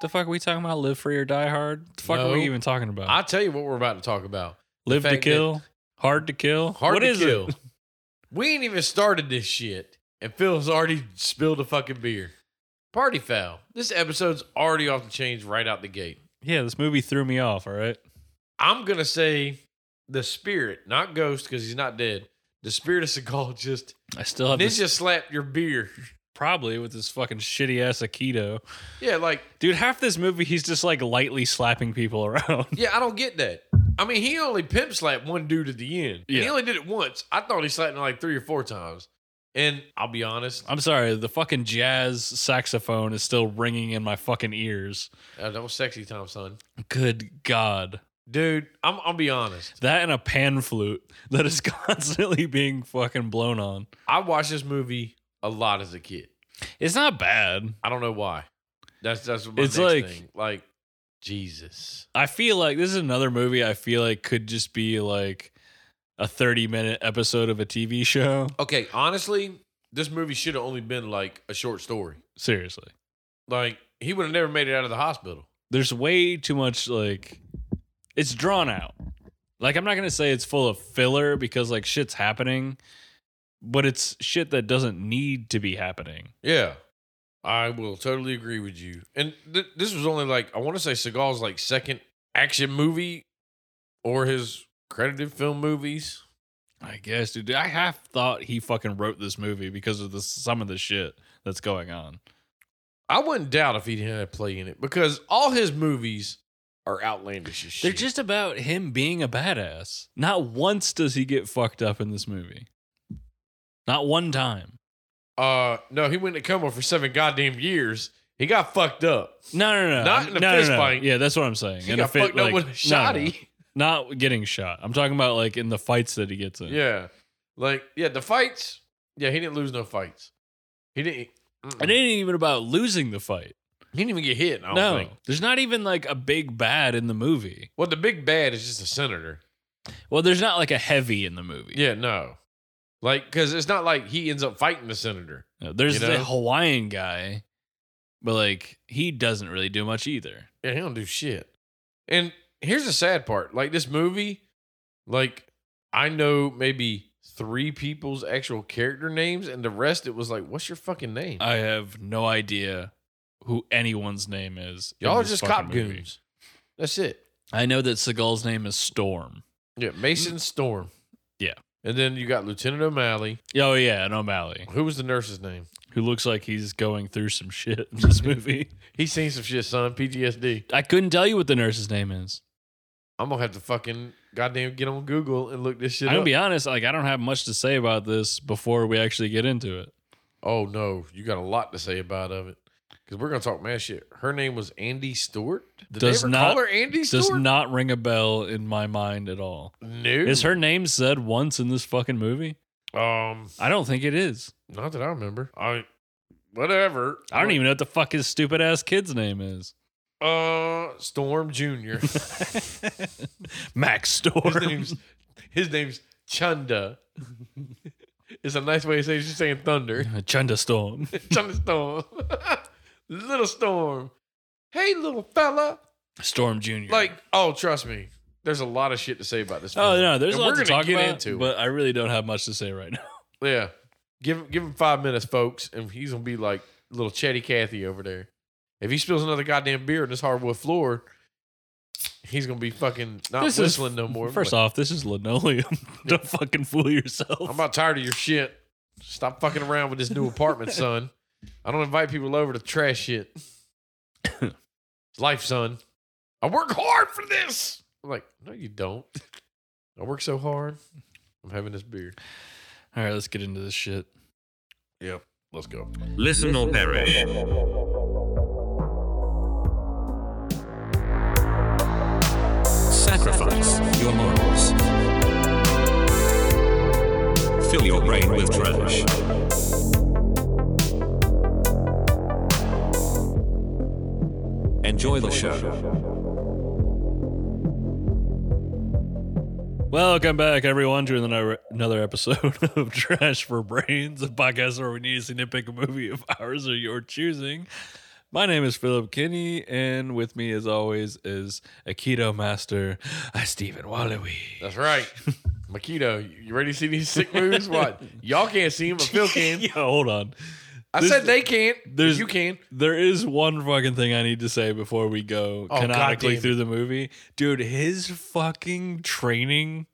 The fuck are we talking about? Live free or die hard? The fuck No. are we even talking about? I'll tell you what we're about to talk about. Live to fact that- kill, hard to kill. Hard What to is it? kill. we ain't even started this shit, and Phil's already spilled a fucking beer. Party foul. This episode's already off the chains right out the gate. Yeah, this movie threw me off. All right. I'm gonna say the spirit, not ghost, because he's not dead. The spirit of Seagal just I still have this ninja slapped your beer. probably with this fucking shitty ass Aikido. Yeah, like Dude, half this movie he's just like lightly slapping people around. yeah, I don't get that. I mean, he only pimp slapped one dude at the end. And Yeah. He only did it once. I thought he slapped him like three or four times. And I'll be honest, I'm sorry, the fucking jazz saxophone is still ringing in my fucking ears. uh, that was sexy time, son. Good God. Dude, I'm I'll be honest. That and a pan flute that is constantly being fucking blown on. I watched this movie a lot as a kid. It's not bad. I don't know why. That's that's my It's next like- thing. Like Jesus. I feel like this is another movie I feel like could just be like a 30 minute episode of a TV show. Okay, honestly, this movie should have only been like a short story. Seriously. Like he would have never made it out of the hospital. There's way too much like it's drawn out. Like I'm not going to say it's full of filler because like shit's happening, but it's shit that doesn't need to be happening. Yeah. I will totally agree with you. And th- this was only like I want to say Seagal's like second action movie or his credited film movies. I guess, dude. I half thought he fucking wrote this movie because of the some of the shit that's going on. I wouldn't doubt if he didn't have play in it because all his movies are outlandish as shit. They're just about him being a badass. Not once does he get fucked up in this movie. Not one time. Uh, no, he went to coma for seven goddamn years. He got fucked up. No, no, no. Not in a no, no, fist no. fight. Yeah, that's what I'm saying. He In a got fit- fucked like- up with no, a no, shoddy. no. Not getting shot. I'm talking about like in the fights that he gets in. Yeah, like yeah, the fights. Yeah, he didn't lose no fights. He didn't. mm-mm. And it ain't even about losing the fight. He didn't even get hit. I don't no. think. There's not even like a big bad in the movie. Well, the big bad is just a senator. Well, there's not like a heavy in the movie. Yeah, no, like because it's not like he ends up fighting the senator. No, there's You the know? Hawaiian guy, but like he doesn't really do much either. Yeah, he don't do shit. And here's the sad part: like this movie, like I know maybe three people's actual character names, and the rest it was like, what's your fucking name? I have no idea who anyone's name is. in Y'all are this just fucking cop movie. goons. That's it. I know that Seagal's name is Storm. Yeah, Mason Storm. Mm. Yeah. And then you got Lieutenant O'Malley. Oh yeah, and O'Malley, Who was the nurse's name? who looks like he's going through some shit in this movie. He's seen some shit, son. PTSD. I couldn't tell you what the nurse's name is. I'm gonna have to fucking goddamn get on Google and look this shit I'm gonna up. be honest, like I don't have much to say about this before we actually get into it. oh no, you got a lot to say about of it. Because we're gonna talk mad shit. Her name was Andy Stewart. Did Does they ever not- call her Andy Does Stewart? not ring a bell in my mind at all. no. Is her name said once in this fucking movie? um I don't think it is. not that I remember. I whatever. I don't even know what the fuck his stupid ass kid's name is. uh Storm Jr. Max Storm. His name's his name's Chunda. it's a nice way to say she's saying thunder. Chunda Storm. Chunda Storm. little Storm. Hey little fella. Storm Jr. Like, oh trust me. There's a lot of shit to say about this. oh film. no, there's a And lot to talk about, into but I really don't have much to say right now. it. Yeah. Give him give him five minutes, folks, and he's gonna be like little chatty Cathy over there. If he spills another goddamn beer on this hardwood floor, he's gonna be fucking not This is- whistling no more. First off, this is linoleum. don't fucking fool yourself. I'm about tired of your shit. Stop fucking around with this new apartment, son. I don't invite people over to trash shit. It's life, son. I work hard for this. I'm like, no, you don't. I work so hard. I'm having this beer. All right, let's get into this shit. Yep. Let's go. Listen or perish. Sacrifice your morals. Fill your brain with trash. Enjoy the show. Welcome back, everyone, to another another episode of Trash for Brains, a podcast where we need to nitpick a movie of ours or your choosing. My name is Philip Kinney, and with me, as always, is Aikido Master uh, Stephen Wallowee. That's right. Makito, you ready to see these sick moves? What? Y'all can't see them, but Phil can. yeah, hold on. I This- said they can't. There's, there's- you can. There is one fucking thing I need to say before we go Oh, canonically goddamn through the movie, dude. His fucking training,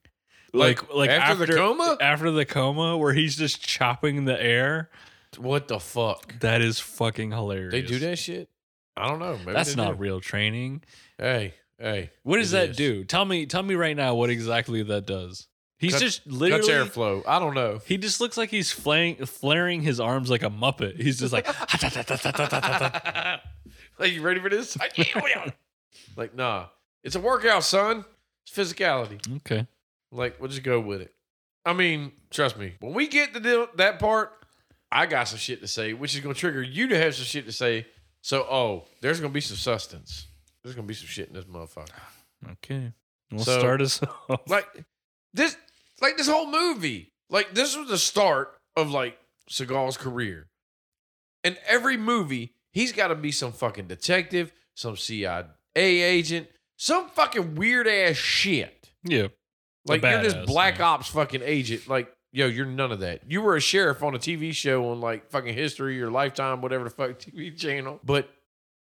Like, like like after the coma? after the coma, where he's just chopping the air. What the fuck? That is fucking hilarious. They do that shit? I don't know. Maybe That's they not do. real training. Hey, hey. What does It that is. do? Tell me, tell me right now what exactly that does. He's Cut- just Cuts literally. airflow. I don't know. He just looks like he's flaying, flaring his arms like a muppet. He's just like, like, you ready for this? like, nah. It's a workout, son. It's physicality. okay, Like, we'll just go with it. I mean, trust me. When we get to the, that part, I got some shit to say, which is going to trigger you to have some shit to say. So, oh, there's going to be some substance. There's going to be some shit in this motherfucker. okay. We'll So- start us off. Like this, like this whole movie. Like this was the start of like Seagal's career. And every movie, he's got to be some fucking detective, some CIA agent, some fucking weird ass shit. yeah, Like you're this badass, black yeah. ops fucking agent. Like yo, you're none of that. You were a sheriff on a TV show on like fucking History or Lifetime, whatever the fuck TV channel. But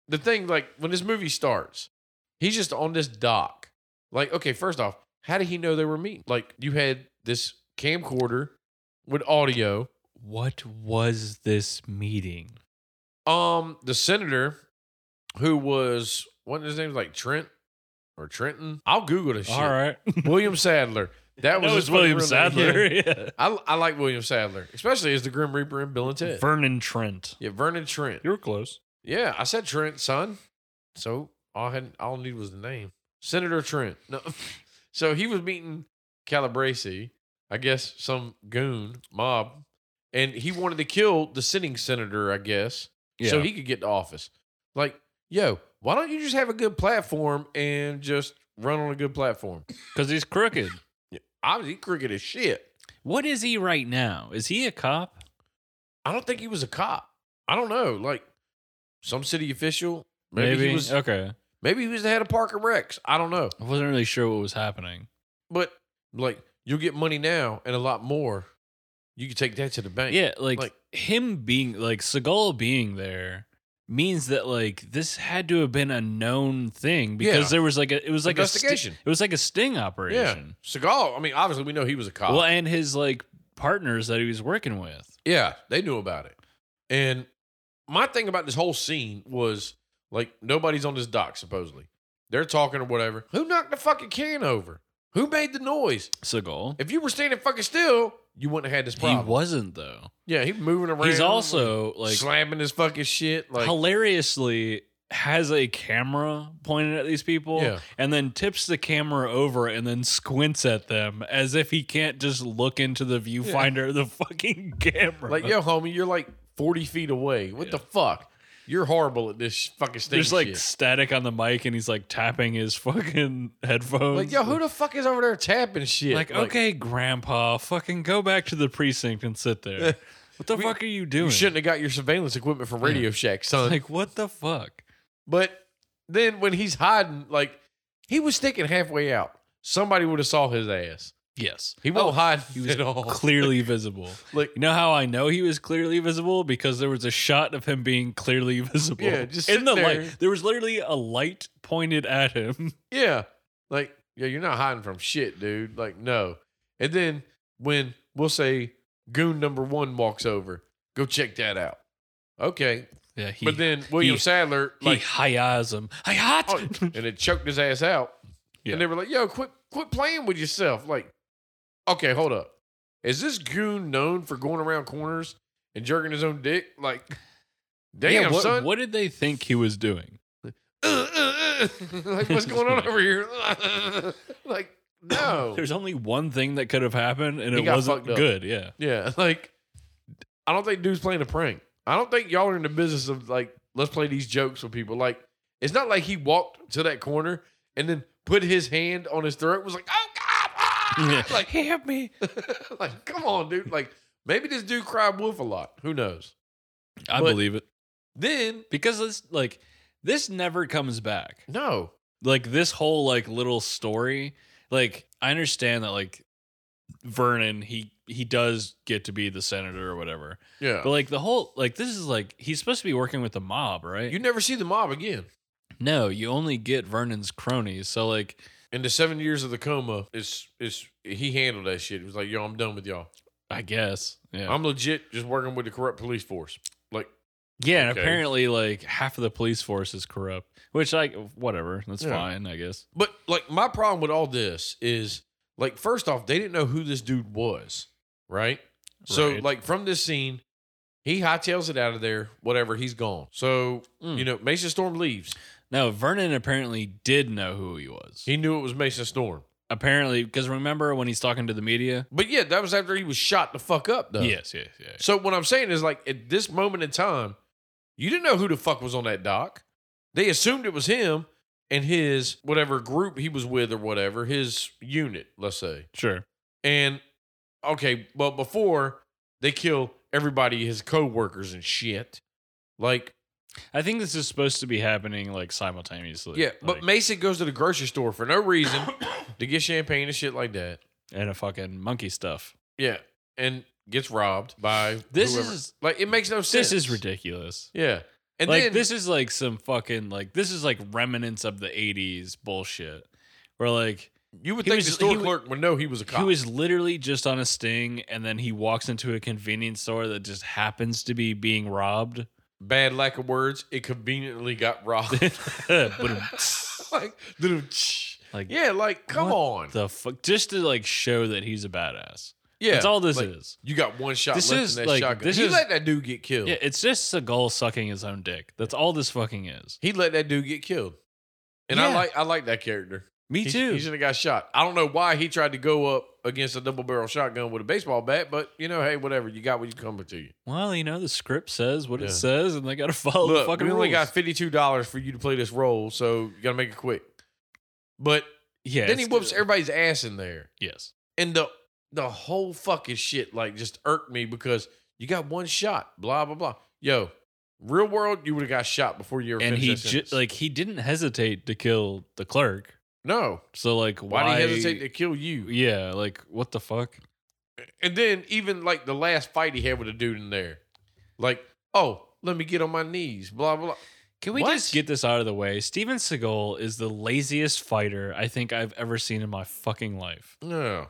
the thing, like when this movie starts, he's just on this dock. Like okay, first off, how did he know they were meeting? Like you had this camcorder with audio. what was this meeting? Um, the senator who was what his name like Trent or Trenton. I'll Google this shit. All right, William Sadler. That that was, was, his fucking William real name. Yeah. Sadler. Yeah. I, I like William Sadler, especially as the Grim Reaper in Bill and Ted. Vernon Trent. yeah, Vernon Trent. You were close. Yeah, I said Trent, son. So all I, had, all I needed was the name, Senator Trent. No, so he was meeting Calabrese, I guess some goon mob, and he wanted to kill the sitting senator, I guess, Yeah. so he could get to office. Like, yo, why don't you just have a good platform and just run on a good platform? because he's crooked. Obviously, crooked as shit. What is he right now? Is he a cop? I don't think he was a cop. I don't know, like some city official. Maybe, he was. okay. Maybe he was the head of Park and Rex. I don't know, I wasn't really sure what was happening. but like you'll get money now and a lot more. You can take that to the bank. Yeah, like, Like- him being like Seagal being there means that like this had to have been a known thing because Yeah. there was like a it was like a sti- Investigation. it was like a sting yeah. operation. Seagal. I mean, obviously we know he was a cop. Well, and his like partners that he was working with. yeah, they knew about it. And my thing about this whole scene was like nobody's on this dock supposedly. They're talking or whatever. Who knocked the fucking can over? Who made the noise? Seagal. If you were standing fucking still, you wouldn't have had this problem. He wasn't though. Yeah, he's moving around. He's also like slamming his fucking shit. Like, hilariously has a camera pointed at these people Yeah. and then tips the camera over and then squints at them as if he can't just look into the viewfinder of the fucking camera. like yo, homie, you're like forty feet away. What the fuck? You're horrible at this fucking stage. There's like shit. static on the mic, and he's like tapping his fucking headphones. like yo, who the fuck is over there tapping shit? Like, okay, Grandpa, fucking go back to the precinct and sit there. What the We- fuck are you doing? you shouldn't have got your surveillance equipment from Radio Shack, son. Like, what the fuck? but then when he's hiding, like he was sticking halfway out. Somebody would have saw his ass. Yes, He won't hide at all. clearly visible. Like- you know how I know he was clearly visible because there was a shot of him being clearly visible. Yeah, just in the sitting there. light. There was literally a light pointed at him. Yeah. Like, yeah, you're not hiding from shit, dude. Like, no. And then when we'll say goon number one walks over, go check that out. Okay. Yeah, he but then William he- Sadler, he like, hi-eyes him. Hi hot. oh, and it choked his ass out. Yeah. And they were like, yo, quit quit playing with yourself. Like, okay, hold up. Is this goon known for going around corners and jerking his own dick? Like, damn, yeah, what, son. what did they think he was doing? Uh, uh, uh. like, what's going on over here? like, no. There's only one thing that could have happened, and Oh. He it got wasn't fucked up. good. Yeah, Yeah, like I don't think dude's playing a prank. I don't think y'all are in the business of like let's play these jokes with people. Like it's not like he walked to that corner and then put his hand on his throat. and Was like, oh god, ah!" like help me. like like come on, dude. Like maybe this dude cried wolf a lot. Who knows? I But- believe it. Then because it's like this never comes back. no, Like this whole like little story. Like I understand that like Vernon he he does get to be the senator or whatever. yeah, But like the whole like this is like he's supposed to be working with the mob, right? you never see the mob again. no, you only get Vernon's cronies. So like In the seven years of the coma, is is he handled that shit? He was like, yo, I'm done with y'all. I guess. Yeah. I'm legit just working with the corrupt police force. Like, yeah, and okay. apparently like half of the police force is corrupt, which like whatever, that's Yeah. fine, I guess. but like my problem with all this is like, first off, they didn't know who this dude was, right? So Right. like from this scene, he hightails it out of there. Whatever, he's gone. So Mm. you know, Mason Storm leaves. No, Vernon apparently did know who he was. He knew it was Mason Storm. apparently, because remember when he's talking to the media? But yeah, that was after he was shot the fuck up, though. Yes, yes, yes. So what I'm saying is like at this moment in time, you didn't know who the fuck was on that dock. They assumed it was him and his whatever group he was with or whatever, his unit, let's say. Sure. And okay, but before they kill everybody, his co-workers and shit. Like, I think this is supposed to be happening like simultaneously. yeah, but like, Mason goes to the grocery store for no reason to get champagne and shit like that. and a fucking monkey stuff. Yeah. And gets robbed by This whoever. is- like it makes no sense. This is ridiculous. Yeah. And like then this is like some fucking like this is like remnants of the '80s bullshit, where like You would He think was- the store he wa- clerk would know he was a cop. he was literally just on a sting, and then he walks into a convenience store that just happens to be being robbed. Bad lack of words. It conveniently got robbed. Boom. like, doo-doo-tsh. like yeah, like come What on. the fuck, just to like show that he's a badass. yeah, That's all this like, is. You got one shot This left is, in that like, shotgun. this he is- let that dude get killed. Yeah, it's just Seagal sucking his own dick. That's all this fucking is. He let that dude get killed. And I Yeah. like I like that character. Me He's- too. He should have got shot. I don't know why he tried to go up against a double barrel shotgun with a baseball bat, but you know, hey, whatever. You got what you coming to you. well, you know the script says what Yeah. it says, and they got to follow Oh, the Look, fucking we only rules. got fifty two dollars for you to play this role, so you gotta make it quick. But yeah, then he it's- whoops everybody's ass in there. Yes. and the the whole fucking shit like just irked me because you got one shot, blah blah blah. Yo, real world, you would have got shot before you ever and he finished that ju- sentence. like he didn't hesitate to kill the clerk. no. So like Why, why, would he hesitate to kill you? Yeah, like what the fuck? And then even like the last fight he had with a dude in there, like oh let me get on my knees, blah blah. blah. Can we What? just get this out of the way? Steven Seagal is the laziest fighter I think I've ever seen in my fucking life. No,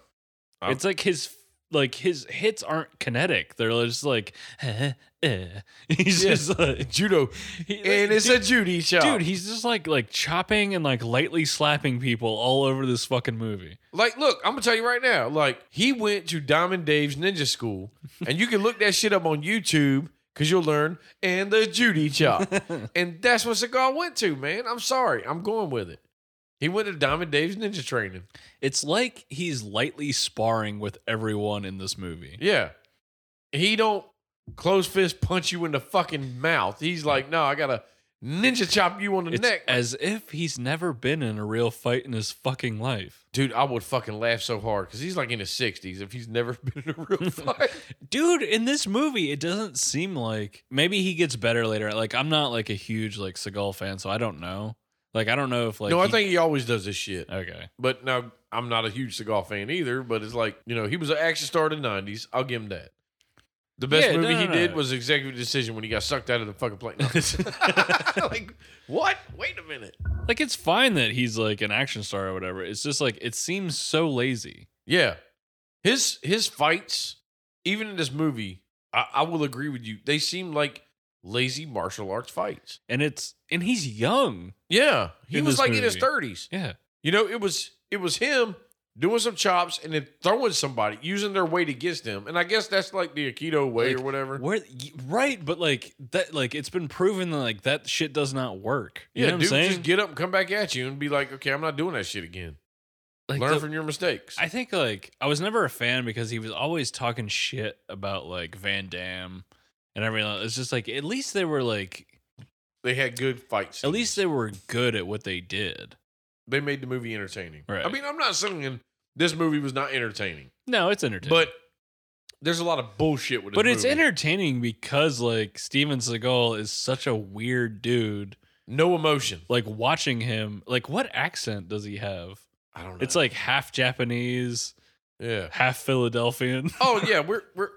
I'm- it's like his like his hits aren't kinetic. They're just like eh, eh. he's Yeah. just like judo, he- like, and it's a dude, Judy shot, dude. He's just like like chopping and like lightly slapping people all over this fucking movie. Like, look, I'm gonna tell you right now. Like, he went to Diamond Dave's Ninja School, and you can look that shit up on YouTube because you'll learn. And the Judy Chop, and that's what Cigar went to, man. I'm sorry, I'm going with it. He went to Diamond Dave's Ninja Training. It's like he's lightly sparring with everyone in this movie. Yeah, he don't close fist punch you in the fucking mouth. He's like, no, I gotta ninja chop you on the It's neck, as if he's never been in a real fight in his fucking life. dude. I would fucking laugh so hard because he's like in his 60s if he's never been in a real fight. Dude, in this movie, it doesn't seem like maybe he gets better later. Like I'm not like a huge like Seagal fan, so I don't know. Like I don't know if like no, I he- think he always does this shit. okay. But now I'm not a huge Seagal fan either. But it's like you know he was an action star in the '90s. I'll give him that. The best Yeah, no, movie no, he no. did was Executive Decision when he got sucked out of the fucking plane. like what? Wait a minute. Like it's fine that he's like an action star or whatever. It's just like it seems so lazy. Yeah, his his fights, even in this movie, I, I will agree with you. They seem like lazy martial arts fights. And it's and he's young. Yeah, he In was this like in his movie. 30s. Yeah. You know, it was it was him doing some chops and then throwing somebody using their weight against him. And I guess that's like the Aikido way or Like, whatever. Where y- right, but like that like it's been proven that like that shit does not work. You yeah, know what dude, I'm saying? just get up and come back at you and be like, okay, I'm not doing that shit again. like Learn the- from your mistakes. I think like I was never a fan because he was always talking shit about like Van Damme and everything. It's just like at least they were like they had good fights. at least they were good at what they did. they made the movie entertaining. Right. I mean, I'm not saying this movie was not entertaining, No, it's entertaining. but There's a lot of bullshit with this But it's movie. entertaining because like Steven Seagal is such a weird dude. no emotion. Like watching him, like what accent does he have? I don't know. It's like half Japanese, yeah. half Philadelphian. Oh yeah, we're we're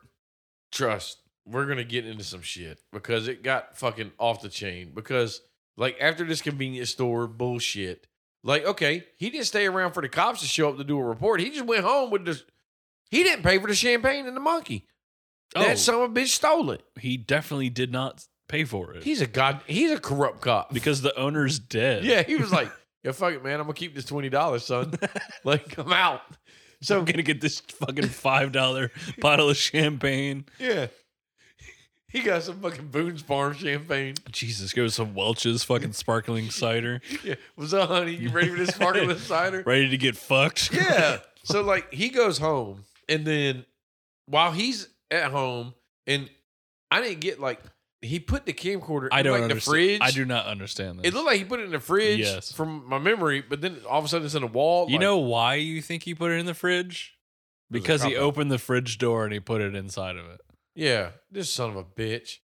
trust. We're gonna get into some shit because it got fucking off the chain. Because like after this convenience store bullshit, like okay, he didn't stay around for the cops to show up to do a report. He just went home with the. He didn't pay for the champagne and the monkey. Oh. That son of a bitch stole it. He definitely did not pay for it He's a god. He's a corrupt cop. because the owner's dead. yeah, he was like, yeah, fuck it, man. I'm gonna keep this twenty dollars, son. like I'm out. So I'm So gonna get this fucking five dollar bottle of champagne. yeah, he got some fucking Boone's Farm champagne. Jesus, go some Welch's fucking sparkling cider. Yeah. What's up, honey? You ready for this sparkling cider? Ready to get fucked. Yeah. So like he goes home and then while he's at home and I didn't get like he put the camcorder I in don't like understand. the fridge. I do not understand this. It looked like he put it in the fridge Yes. from my memory, but then all of a sudden it's in a wall. you like- know why you think he put it in the fridge? It was a Because he cop-out. opened the fridge door and he put it inside of it. Yeah. This son of a bitch.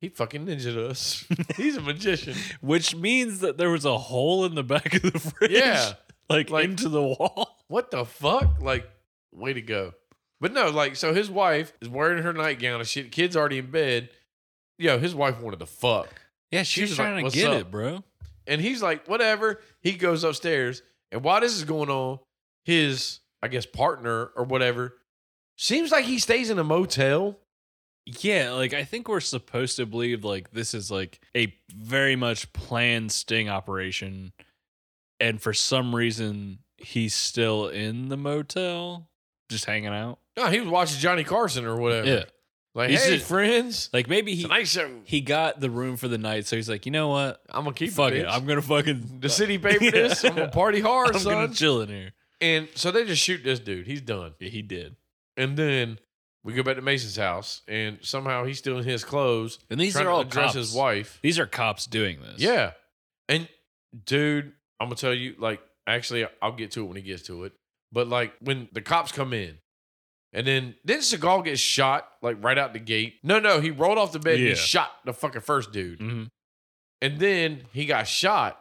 He fucking ninja'd us. he's a magician. Which means that there was a hole in the back of the fridge. Yeah. Like, Like- into the wall. what the fuck? Like, way to go. But no, like, so his wife is wearing her nightgown and shit. Kid's already in bed. Yo, his wife wanted to fuck. Yeah, she was like, "What's up?" bro. And he's like, whatever. He goes upstairs. And while this is going on, his, I guess, partner or whatever, seems like he stays in a motel. Yeah, like I think we're supposed to believe like this is like a very much planned sting operation, and for some reason he's still in the motel, just hanging out. No, he was watching Johnny Carson or whatever. Like, He's hey, just- friends. like maybe he Tonight show. he got the room for the night, so he's like, you know what, I'm going to keep fuck it. it, bitch. I'm gonna fucking the city paid for this. I'm going to party hard, I'm son. gonna chill in here. and so they just shoot this dude. He's done. Yeah, he did, And then we go back to Mason's house, and somehow he's still in his clothes. and these trying are all to cops. address his wife. These are cops doing this. Yeah. And dude, I'm gonna tell you, like, actually, I'll get to it when he gets to it. But like when the cops come in, and then then Seagal gets shot like right out the gate. No, no, he rolled off the bed. And Yeah. he shot the fucking first dude, Mhm. and then he got shot,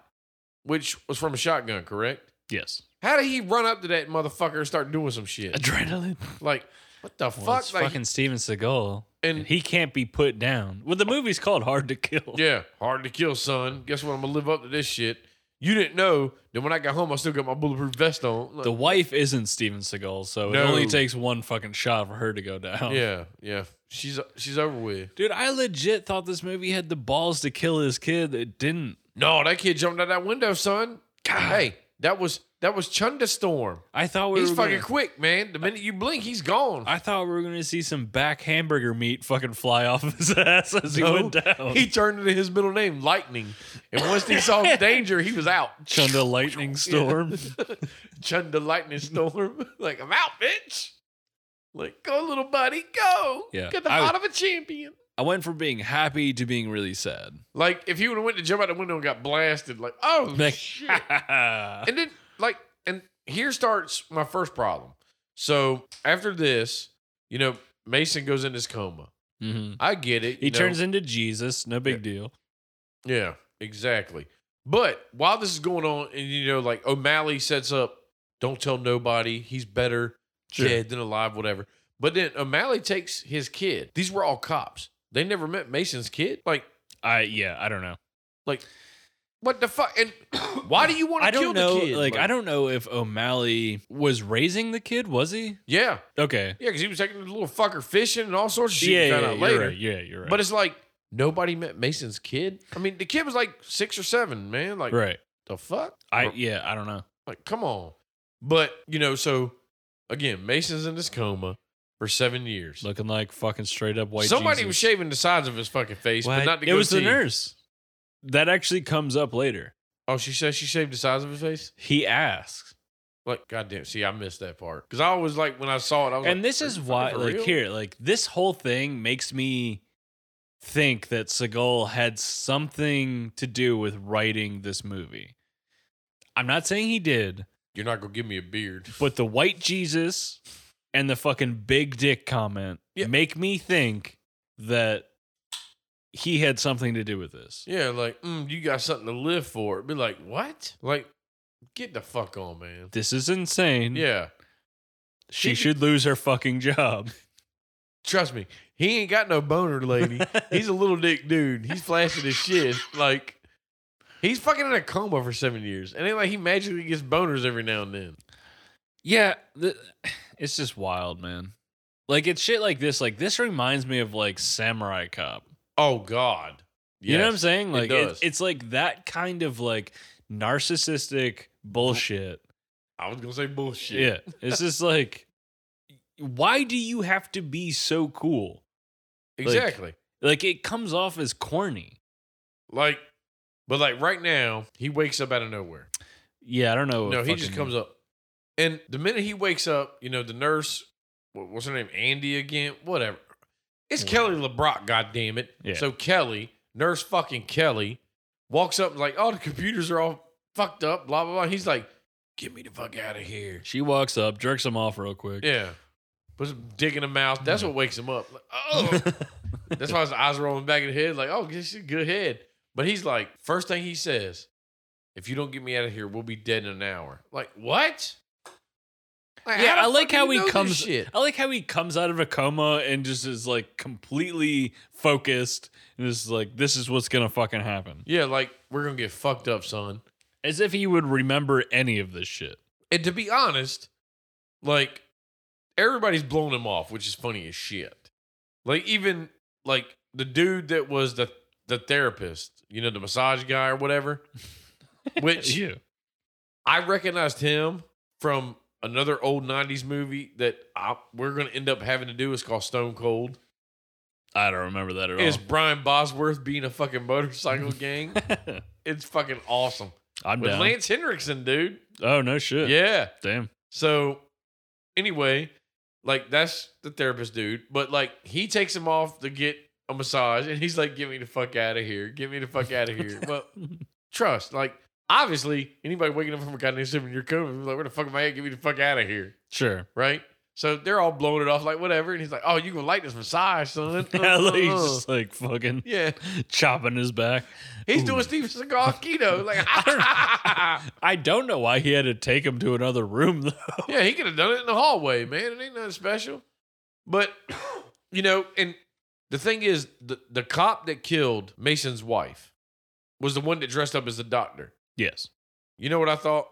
which was from a shotgun, correct? Yes. How did he run up to that motherfucker and start doing some shit? Adrenaline. Like, what the Well, fuck? it's Like, fucking Steven Seagal. and he can't be put down. Well, the movie's called Hard to Kill. Yeah, hard to kill, son. Guess what? I'm gonna live up to this shit. You didn't know that when I got home, I still got my bulletproof vest on. Like, The wife isn't Steven Seagal, so it No. only takes one fucking shot for her to go down. yeah, yeah. She's she's over with. Dude, I legit thought this movie had the balls to kill his kid. It didn't. No, that kid jumped out that window, son. Hey, that was that was Chunderstorm. I thought we He's were fucking gonna, quick, man. The minute you blink, he's gone. I thought we were gonna see some back hamburger meat fucking fly off his ass as he No. went down. He turned into his middle name, Lightning. And once he saw danger, he was out. Chunda lightning storm. Chunda lightning storm. like, I'm out, bitch. Like, go, little buddy, go. Yeah, Get the I was- heart of a champion. I went from being happy to being really sad. Like if he would have went to jump out the window and got blasted, like oh Like, Mm-hmm. shit. and then like and here starts my first problem. So after this, you know, Mason goes in his coma. Mhm. I get it. He turns into Jesus. No big deal. Yeah, exactly. But while this is going on, and you know, like O'Malley sets up, don't tell nobody, he's better Sure. dead than alive, whatever. But then O'Malley takes his kid. These were all cops. They never met Mason's kid. Like, I yeah. I don't know. what the fuck? And why do you want I to kill don't know. the kid? like I don't know if O'Malley was raising the kid. Was he? Yeah, Okay. Yeah, because he was taking the little fucker fishing and all sorts of shit. yeah, you found yeah, out you're later. right. Yeah, you're right. But it's like nobody met Mason's kid. I mean, the kid was like six or seven, man. Like right. the fuck? I Or- yeah. I don't know. like come on. But you know, so again, Mason's in this coma for seven years. Looking like fucking straight up white. Somebody Jesus. was shaving the sides of his fucking face, What? but not the it was the goatee. nurse. That actually comes up later. Oh, she says she shaved the sides of his face. He asks, Like, goddamn. See, I missed that part because I always like when I saw it, I was and like, this "Are is you why. fucking for Like real?" here, like this whole thing makes me think that Seagal had something to do with writing this movie. I'm not saying he did, you're not gonna give me a beard. but the white Jesus and the fucking big dick comment Yeah. make me think that he had something to do with this. Yeah, like, mm, you got something to live for. Be like, what? Like, get the fuck on, man. This is insane. Yeah. She should lose her fucking job. Trust me, he ain't got no boner, lady. he's a little dick dude. He's flashing his shit. Like, he's fucking in a coma for seven years. And ain't like he magically gets boners every now and then. Yeah, th- it's just wild, man. Like it's shit like this. Like this reminds me of like Samurai Cop. Oh, God. You know what Yes. I'm saying? it Like does. it's like that kind of like narcissistic bullshit. I was going to say bullshit. Yeah, it's just like, why do you have to be so cool? Exactly. Like it comes off as corny. Like, but like right now, he wakes up out of nowhere. Yeah, I don't know. No, he just comes up. And the minute he wakes up, you know, the nurse, what, what's her name? Andy again? Whatever. It's Kelly LeBrock, goddammit. Yeah. So Kelly, nurse fucking Kelly, walks up and like, oh, the computers are all fucked up, blah, blah, blah. He's like, get me the fuck out of here. She walks up, jerks him off real quick. Yeah. Puts a dick in the mouth. That's what wakes him up. Like, oh. That's why his eyes are rolling back in his head, like, oh, this is a good head. But he's like, first thing he says, if you don't get me out of here, we'll be dead in an hour. Like, what? Yeah, the I like fuck do how you he know this comes- Shit? I like how he comes out of a coma and just is like completely focused and is like, this is what's gonna fucking happen. Yeah, like, we're going to get fucked up, son. As if he would remember any of this shit. And to be honest, like, everybody's blowing him off, which is funny as shit. Like, even, like, the dude that was the, the therapist, you know, the massage guy or whatever, which. you. I recognized him from another old '90s movie that I, we're going to end up having to do. It's called Stone Cold. I don't remember that at It's Brian Bosworth being a fucking motorcycle gang. all. It's fucking awesome I'm with down. Lance Henriksen, dude. oh no shit. Yeah. Damn. So anyway, like that's the therapist dude, but like he takes him off to get a massage, and he's like, "Get me the fuck out of here! Get me the fuck out of here!" well, trust, like obviously anybody waking up from a goddamn seven-year coma, like, "Where the fuck am I at? Get me the fuck out of here!" Sure. right? So they're all blowing it off like whatever, and he's like, "Oh, you gonna like this massage, son?" Yeah, like, he's Uh, just like fucking yeah, chopping his back. he's Ooh. doing Steven Seagal keto. Like, I don't know why he had to take him to another room though. yeah, he could have done it in the hallway, man. It ain't nothing special. But you know, and the thing is, the the cop that killed Mason's wife was the one that dressed up as the doctor. Yes. You know what I thought?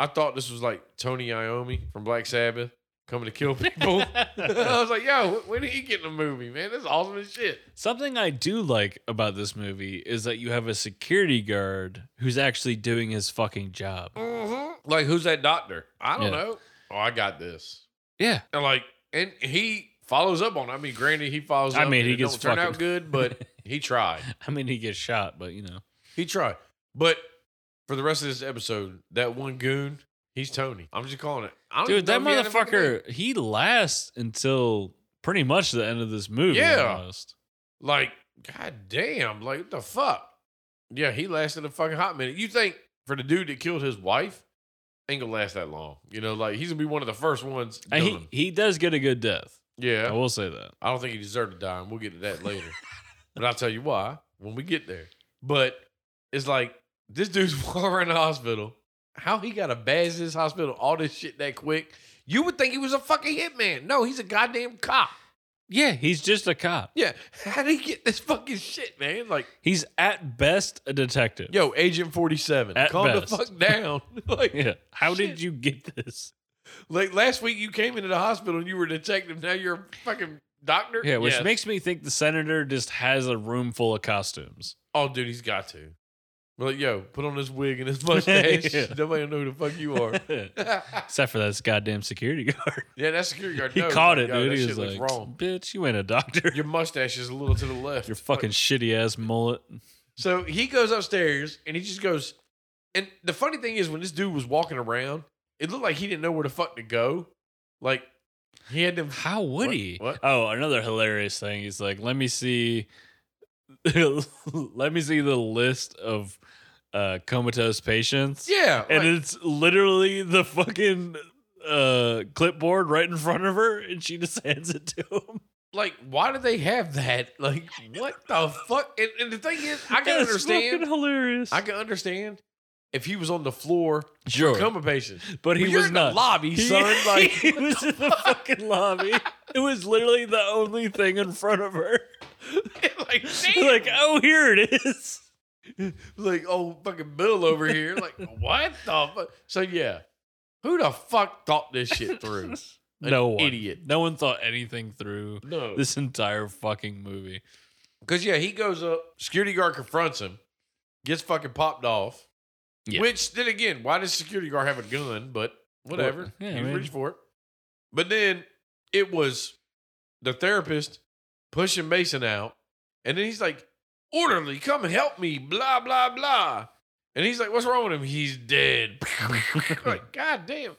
I thought this was like Tony Iommi from Black Sabbath coming to kill people. I was like, yo, when did he get in the movie, man? That's awesome as shit. Something I do like about this movie is that you have a security guard who's actually doing his fucking job. Mm-hmm. Like, who's that doctor? I don't Yeah. know. Oh, I got this. Yeah. And like, and he follows up on. it. I mean, granted, he follows. I up mean, and he it gets don't turn out fucking- good, but he tried. I mean, he gets shot, but you know. He tried. But for the rest of this episode, that one goon, he's Tony. I'm just calling it. I don't Dude, that even know if he had a fucking name. motherfucker, he lasts until pretty much the end of this movie. Yeah. Almost. Like, god damn, like what the fuck? Yeah, he lasted a fucking hot minute. You think for the dude that killed his wife, ain't gonna last that long? You know, like he's gonna be one of the first ones. And done. he, he does get a good death. yeah, I will say that. I don't think he deserved to die, and we'll get to that later. but I'll tell you why when we get there. But it's like this dude's walking around the hospital. How he got a badge in this hospital, all this shit that quick. You would think he was a fucking hitman. No, he's a goddamn cop. Yeah, he's just a cop. Yeah. How did he get this fucking shit, man? Like, He's at best a detective. yo, Agent 47, At calm best. the fuck down. like, Yeah. How Shit. did you get this? like, last week you came into the hospital and you were a detective. Now you're a fucking doctor. Yeah, which Yes. makes me think the senator just has a room full of costumes. Oh, dude, he's got to. We're like, yo, put on this wig and this mustache. Yeah. Nobody will know who the fuck you are. yeah, Except for that goddamn security guard. that security guard. He knows, caught like, it, yo, dude. That He shit was looks like, wrong. bitch, you ain't a doctor. Your mustache is a little to the left. Your fucking shitty ass mullet. So he goes upstairs and he just goes. And the funny thing is, when this dude was walking around, it looked like he didn't know where the fuck to go. Like he had them. How would What? he? What? Oh, another hilarious thing. He's like, let me see, let me see the list of uh, comatose patients, Yeah, and like, it's literally the fucking uh, clipboard right in front of her, and she just hands it to him. like, why do they have that? Like, what the fuck? And, and the thing is, I can That's understand. fucking hilarious. I can understand if he was on the floor, sure, coma patient. but he But you're was in the not. lobby, He- son. Like, he was in the fucking lobby. It was literally the only thing in front of her. like, damn. like, oh, here it is. like old fucking Bill over here. Like, what the fuck? So yeah, who the fuck thought this shit through? An no one, idiot. No one thought anything through No, this entire fucking movie. because yeah, he goes up. Security guard confronts him, gets fucking popped off. Yeah. Which then again, why does security guard have a gun? But whatever, Yeah, I he mean- reached for it. But then it was the therapist pushing Mason out, and then he's like, "Orderly, come help me!" Blah blah blah. And he's like, "What's wrong with him? He's dead." like, God damn.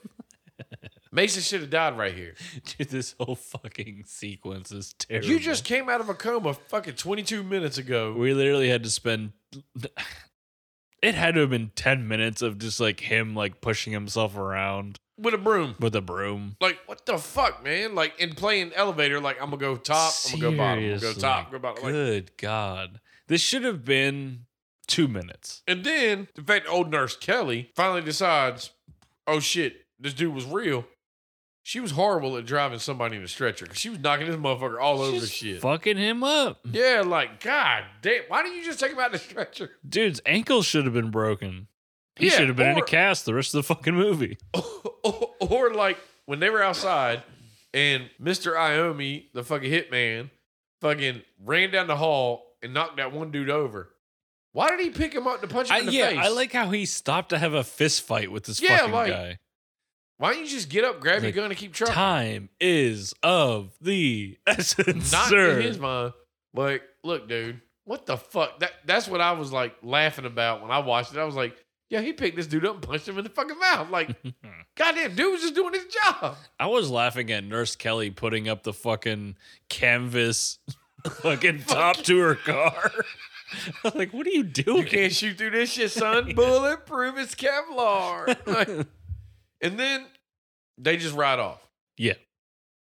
Mason should have died right here. Dude, this whole fucking sequence is terrible. You just came out of a coma fucking 22 minutes ago. we literally had to spend it had to have been 10 minutes of just like him like pushing himself around with a broom. with a broom. Like, what the fuck, man? Like, in playing elevator, like, I'm gonna go top, I'm gonna go bottom, I'm gonna go Seriously. top, go bottom. Like, Good God. This should have been 2 minutes. And then the fact that old nurse Kelly finally decides, oh shit, this dude was real. She was horrible at driving somebody in a stretcher 'cause she was knocking this motherfucker all over the Just shit. Fucking him up. yeah, like, god damn, why didn't you just take him out of the stretcher? Dude's ankle should have been broken. He Yeah, should have been in or- a cast the rest of the fucking movie. or, or like when they were outside and Mr. Iomi, the fucking hitman, fucking ran down the hall and knocked that one dude over. Why did he pick him up to punch him I, in the yeah, face? I like how he stopped to have a fist fight with this Yeah, fucking like, guy. Why don't you just get up, grab Like, your gun, and keep trucking? Time is of the essence, Not sir. in his mind. Like, look, dude, what the fuck? That that's what I was like laughing about when I watched it. I was like, yeah, he picked this dude up and punched him in the fucking mouth. Like, goddamn, dude was just doing his job. I was laughing at Nurse Kelly putting up the fucking canvas fucking top to her car. I was like, what are you You doing? can't shoot through this shit, son. Bulletproof is Kevlar. Like, and then they just ride off. Yeah.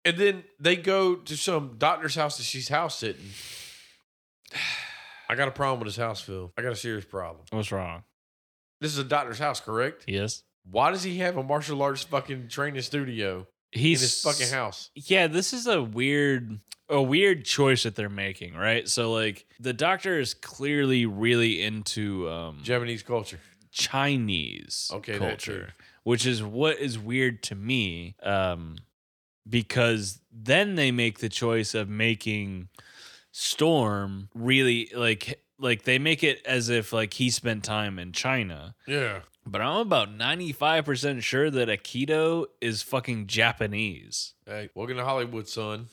And then they go to some doctor's house that she's house sitting. I got a problem with this house, Phil. I got a serious problem. What's wrong? This is a doctor's house, correct? Yes. Why does he have a martial arts fucking training studio He's in his fucking house? Yeah, this is a weird a weird choice that they're making, right? So like the doctor is clearly really into um Japanese culture. Chinese Okay, that too. culture, which is what is weird to me, um, because then they make the choice of making Storm really like like they make it as if like he spent time in China, Yeah. but I'm about ninety five percent sure that Aikido is fucking Japanese. Hey, welcome to Hollywood, son.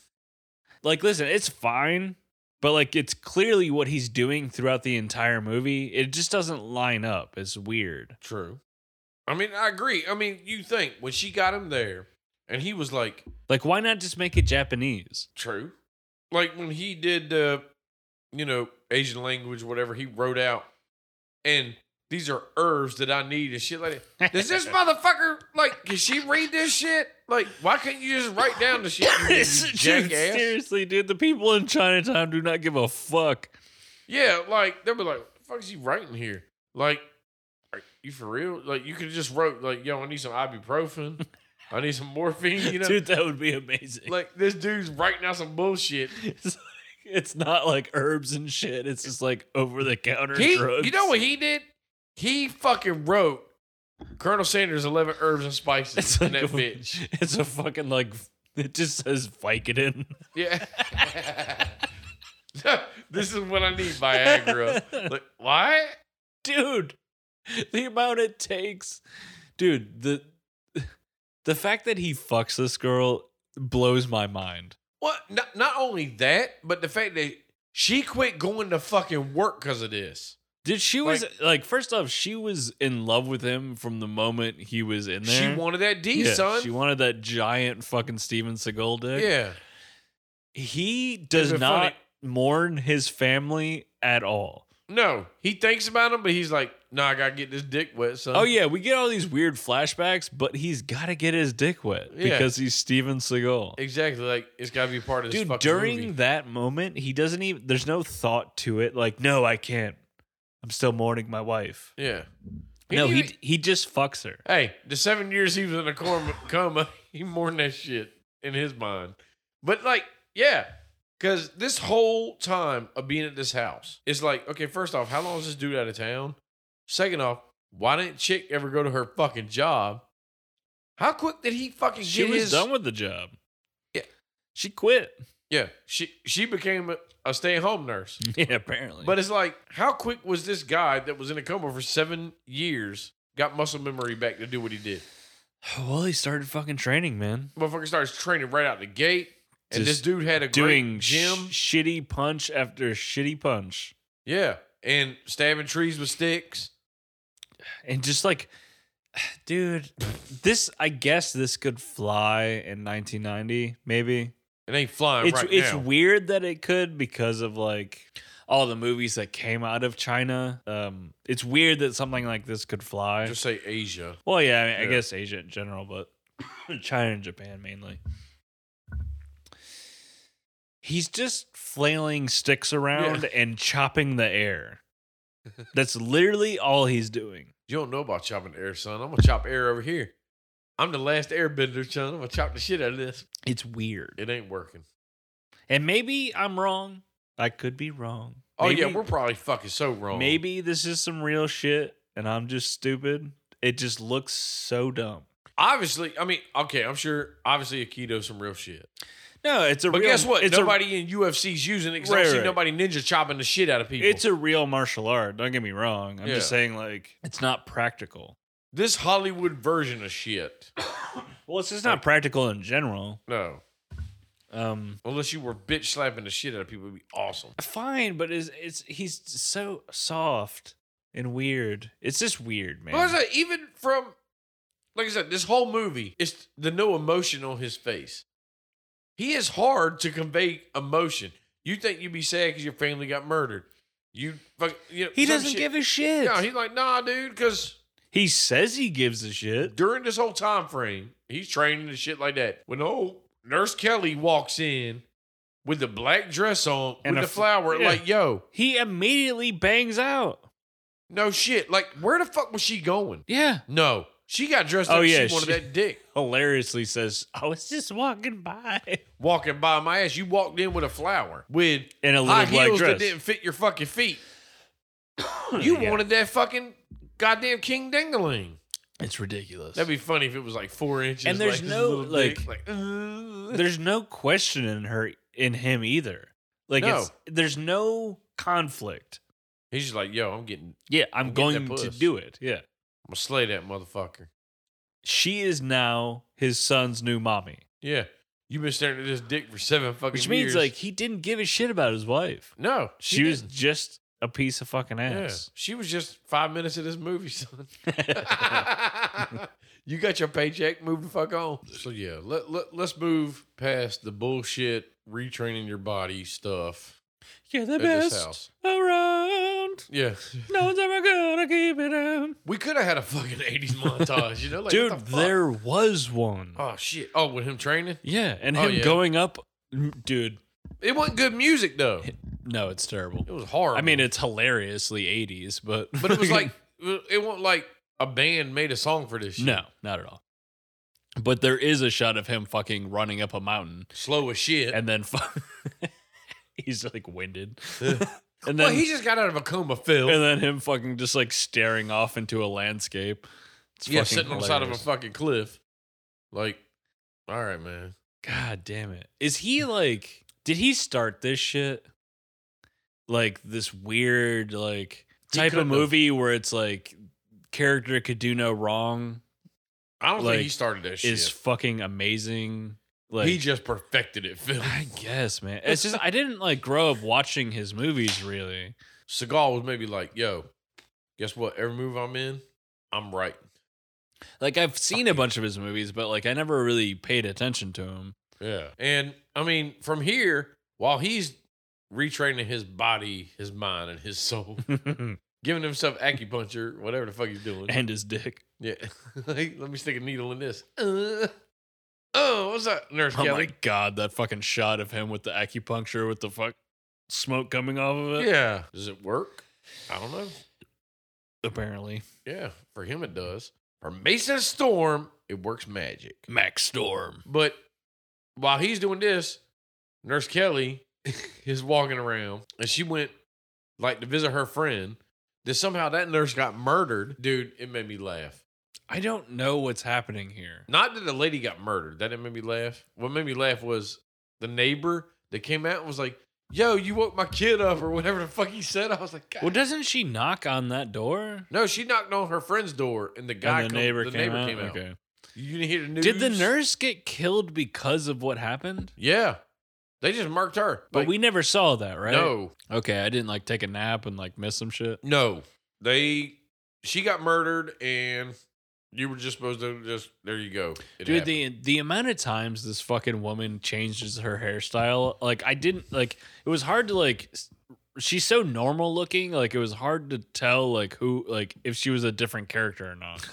Like, listen, it's fine. But like it's clearly what he's doing throughout the entire movie. It just doesn't line up. It's weird. True. I mean, I agree. I mean, you think when she got him there and he was like, Like, why not just make it Japanese? True. Like when he did, uh, you know, Asian language, whatever he wrote out, and these are herbs that I need and shit like that. Does this motherfucker like? Can she read this shit? Like, why couldn't you just write down the shit? you Dude, jackass? seriously, dude, the people in Chinatown do not give a fuck. Yeah, like they'll be like, "What the fuck is he writing here?" Like, are you for real? Like, you could have just wrote like, "Yo, I need some ibuprofen. I need some morphine." You know, Dude, that would be amazing. like this dude's writing out some bullshit. it's, like- it's not like herbs and shit. It's just like over the counter He, drugs. you know what he did? He fucking wrote Colonel Sanders' eleven herbs and spices It's in like that a- bitch. It's a fucking like. It just says Vicodin. Yeah. this is what I need Viagra. Like why? dude the amount it takes dude the the fact that he fucks this girl blows my mind What? Not, not only that, but the fact that she quit going to fucking work because of this. Dude, she was like, first off she was in love with him from the moment he was in there She wanted that D, yeah, son. she wanted that giant fucking steven seagal dick yeah. he does Isn't it not funny? mourn his family at all No, he thinks about him, but he's like, "No, I gotta get this dick wet, son." Oh yeah, we get all these weird flashbacks, but he's got to get his dick wet Yeah. because he's Steven Seagal. exactly. Like it's gotta be part of this Dude, fucking during movie. that moment, he doesn't even. There's no thought to it. Like, no, I can't. I'm still mourning my wife. yeah. no, didn't he even- he just fucks her. Hey, the seven years he was in a coma, coma he mourned that shit in his mind. But like, yeah, because this whole time of being at this house, it's like, okay, first off, how long is this dude out of town? Second off, why didn't chick ever go to her fucking job? How quick did he fucking She get was his? done with the job. Yeah. she quit. yeah, she she became a, a stay at home nurse. Yeah, apparently. But it's like, how quick was this guy that was in a coma for seven years got muscle memory back to do what he did? well, he started fucking training, man. motherfucker starts training right out the gate. And this Just dude had a Doing great gym. sh- shitty punch after shitty punch, yeah. And stabbing trees with sticks. and just like, dude, this I guess this could fly in 1990, maybe. It ain't flying it's Uh, right it's now. weird that it could because of like all the movies that came out of China. Um, it's weird that something like this could fly. Just say Asia. well, yeah, I, mean, I Yeah. guess Asia in general, but China and Japan mainly. He's just flailing sticks around and chopping the air. That's literally all he's doing. You don't know about chopping air, son. I'm gonna chop air over here. I'm the last airbender, son. I'm gonna chop the shit out of this. It's weird. It ain't working. And maybe I'm wrong. I could be wrong. Oh yeah, Maybe- we're probably fucking so wrong. Maybe this is some real shit and I'm just stupid. It just looks so dumb. Obviously, I mean, okay, I'm sure obviously Aikido's some real shit. No, it's a But real guess what? It's nobody in UFC's using it because I Right, don't see right. nobody ninja chopping the shit out of a people. it's a real martial art. Don't get me wrong. I'm just Yeah. saying like it's not practical. this Hollywood version of shit. Well, it's just not practical in general. No. Um Unless you were bitch slapping the shit out of people, it'd be awesome. fine, but it's it's he's so soft and weird. It's just weird, man. Well, I said, even from, like I said, this whole movie, it's the no emotion on his face. He is hard to convey emotion. You think you'd be sad because your family got murdered. You, fuck, you know, he some doesn't shit. give a shit. No, he's like, nah, dude, because he says he gives a shit. during this whole time frame, he's training and shit like that. When old Nurse Kelly walks in with the black dress on, And with a the fl- flower, yeah. like, yo, He immediately bangs out. no shit. Like, where the fuck was she going? Yeah. No, she got dressed Oh, up. yeah, she wanted she- that dick hilariously says, "I was just walking by walking by my ass. You walked in with a flower with in a high little black heels that dress." Oh, didn't fit your fucking feet. You Yeah. wanted that fucking goddamn king dangling. It's ridiculous. That'd be funny if it was like four inches. And there's like, this no, little like- dick, like "Ugh." there's no question in her in him either. Like No. it's, there's no conflict. he's just like, yo, I'm getting, Yeah, I'm, I'm getting going that to puss. do it. Yeah. I'm gonna slay that motherfucker. She is now his son's new mommy, Yeah, you've been staring at this dick for seven fucking. which means years. like he didn't give a shit about his wife. no, She, was didn't. just a piece of fucking Yeah, ass. she was just five minutes of this movie, son. you got your paycheck. Move the fuck on. So yeah, let, let let's move past the bullshit retraining your body stuff You're the at this best house. around. Yeah, No one's ever gonna keep it down. we could have had a fucking eighties montage. You know, like Dude, what the fuck? there was one. Oh shit! Oh, with him training, Yeah, and Oh, him yeah. going up, Mm, dude. it wasn't good music though. No, it's terrible. It was horrible. I mean, it's hilariously '80s, but but it was like it wasn't like a band made a song for this. Shit. no, not at all. But there is a shot of him fucking running up a mountain, slow as shit. and then fu- he's like winded, Yeah. and then well, he just got out of a coma, Phil. and then him fucking just like staring off into a landscape. It's yeah, fucking sitting on the side of a hilarious. fucking cliff. Like, all right, man. God damn it! Is he like? Did he start this shit? Like this weird like He type of couldn't have. movie where it's like character could do no wrong I don't think he like, started that shit. is fucking amazing. Like he just perfected it, Phil. I guess, man. It's just I didn't like grow up watching his movies really. Seagal was maybe like, yo, guess what? Every move I'm in, I'm right. Like I've seen a bunch of his movies, but like I never really paid attention to him. Yeah. And I mean, from here, while he's retraining his body, his mind, and his soul, and giving himself acupuncture, whatever the fuck he's doing. his dick. yeah, Like, let me stick a needle in this. Uh, oh, what's up, Nurse Oh Kelly? my god, that fucking shot of him with the acupuncture with the fuck smoke coming off of it. Yeah, does it work? I don't know. Apparently. Yeah, for him it does. For Mason Storm, it works magic. Max Storm. But while he's doing this, Nurse Kelly is walking around and she went like to visit her friend. Then somehow that nurse got murdered. Dude, it made me laugh. I don't know what's happening here. Not that the lady got murdered. That didn't make me laugh. What made me laugh was the neighbor that came out and was like, Yo, you woke my kid up or whatever the fuck he said. I was like, God. Well, doesn't she knock on that door? no, she knocked on her friend's door and the guy and the come- neighbor, the came, neighbor out? came out. Okay. You didn't hear the news. Did the nurse get killed because of what happened? Yeah. They just marked her. But Like, we never saw that, right? No. Okay, I didn't like take a nap and like miss some shit. No, they she got murdered, and you were just supposed to just there you go. It Dude, happened. the the amount of times this fucking woman changes her hairstyle, like I didn't like it was hard to like s- she's so normal looking, like it was hard to tell like who like if she was a different character or not.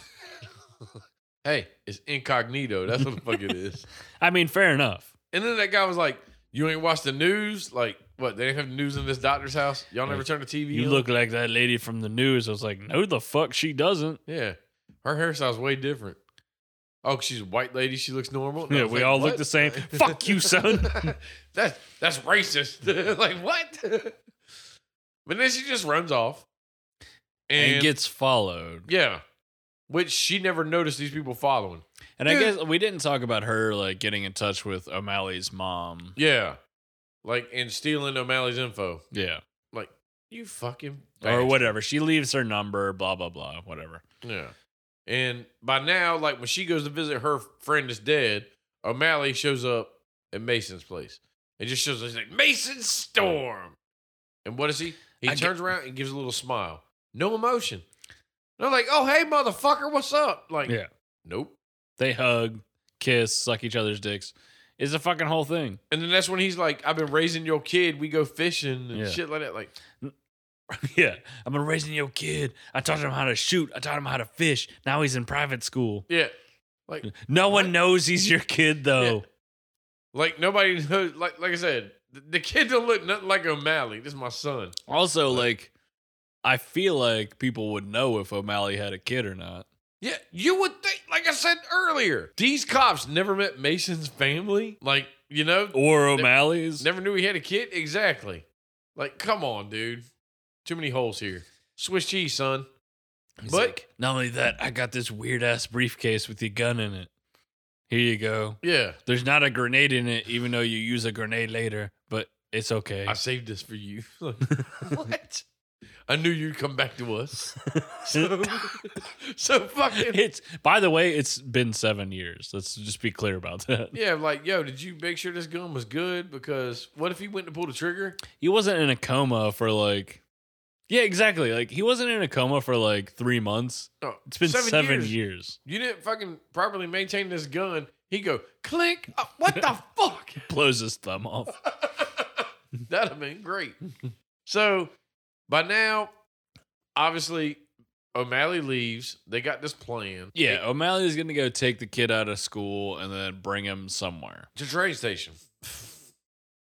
hey, it's incognito. That's what the fuck it is. I mean, fair enough. And then that guy was like, "You ain't watched the news? Like what? They didn't have news in this doctor's house. Y'all never Like, turn the TV. You on? look like that lady from the news. I was like, no the fuck she doesn't. yeah. Her hairstyle's way different. Oh, 'cause she's a white lady. She looks normal. And I Yeah, was we like, all look "What?" the same. Fuck you, son. that's that's racist. like what? but then she just runs off And, gets followed. Yeah. Which she never noticed these people following. And I Dude. guess we didn't talk about her like getting in touch with O'Malley's mom. Yeah. Like, and stealing O'Malley's info. Yeah. You fucking. Or bastard. whatever. She leaves her number, blah, blah, blah, whatever. Yeah. And by now, like, when she goes to visit her friend is dead, O'Malley shows up at Mason's place. It just shows up. He's like, Mason Storm. And what is he? He I get- turns around and gives a little smile. No emotion. They're like, oh, hey, motherfucker, what's up? Like, Yeah. nope. They hug, kiss, suck each other's dicks. It's a fucking whole thing. And then that's when he's like, I've been raising your kid. We go fishing and Yeah. shit like that. Like, yeah. I've been raising your kid. I taught him how to shoot. I taught him how to fish. Now he's in private school. yeah. Like, No What? one knows he's your kid, though. Like nobody knows. Like like I said, the, the kid don't look nothing like O'Malley. This is my son. Also, like, I feel like people would know if O'Malley had a kid or not. Yeah, you would think. Like I said earlier, these cops never met Mason's family. Like you know, Or O'Malley's. never knew he had a kid. Exactly. Like come on, dude. Too many holes here. Swiss cheese, son. He's But- like, not only that, I got this weird ass briefcase with your gun in it. Here you go. Yeah, There's not a grenade in it, even though you use a grenade later, but it's okay. I saved this for you. Like, what? I knew you'd come back to us. So, so fucking it's by the way, it's been seven years. Let's just be clear about that. Yeah, like, yo, did you make sure this gun was good? Because what if he went to pull the trigger? He wasn't in a coma for like Yeah, exactly. Like he wasn't in a coma for like three months. No, It's been seven, years. Oh, You didn't fucking properly maintain this gun. He go click. Uh, what the fuck? Blows his thumb off. That'd have been great. So by now, obviously, O'Malley leaves. They got this plan. Yeah, O'Malley's gonna go take the kid out of school and then bring him somewhere. to train station.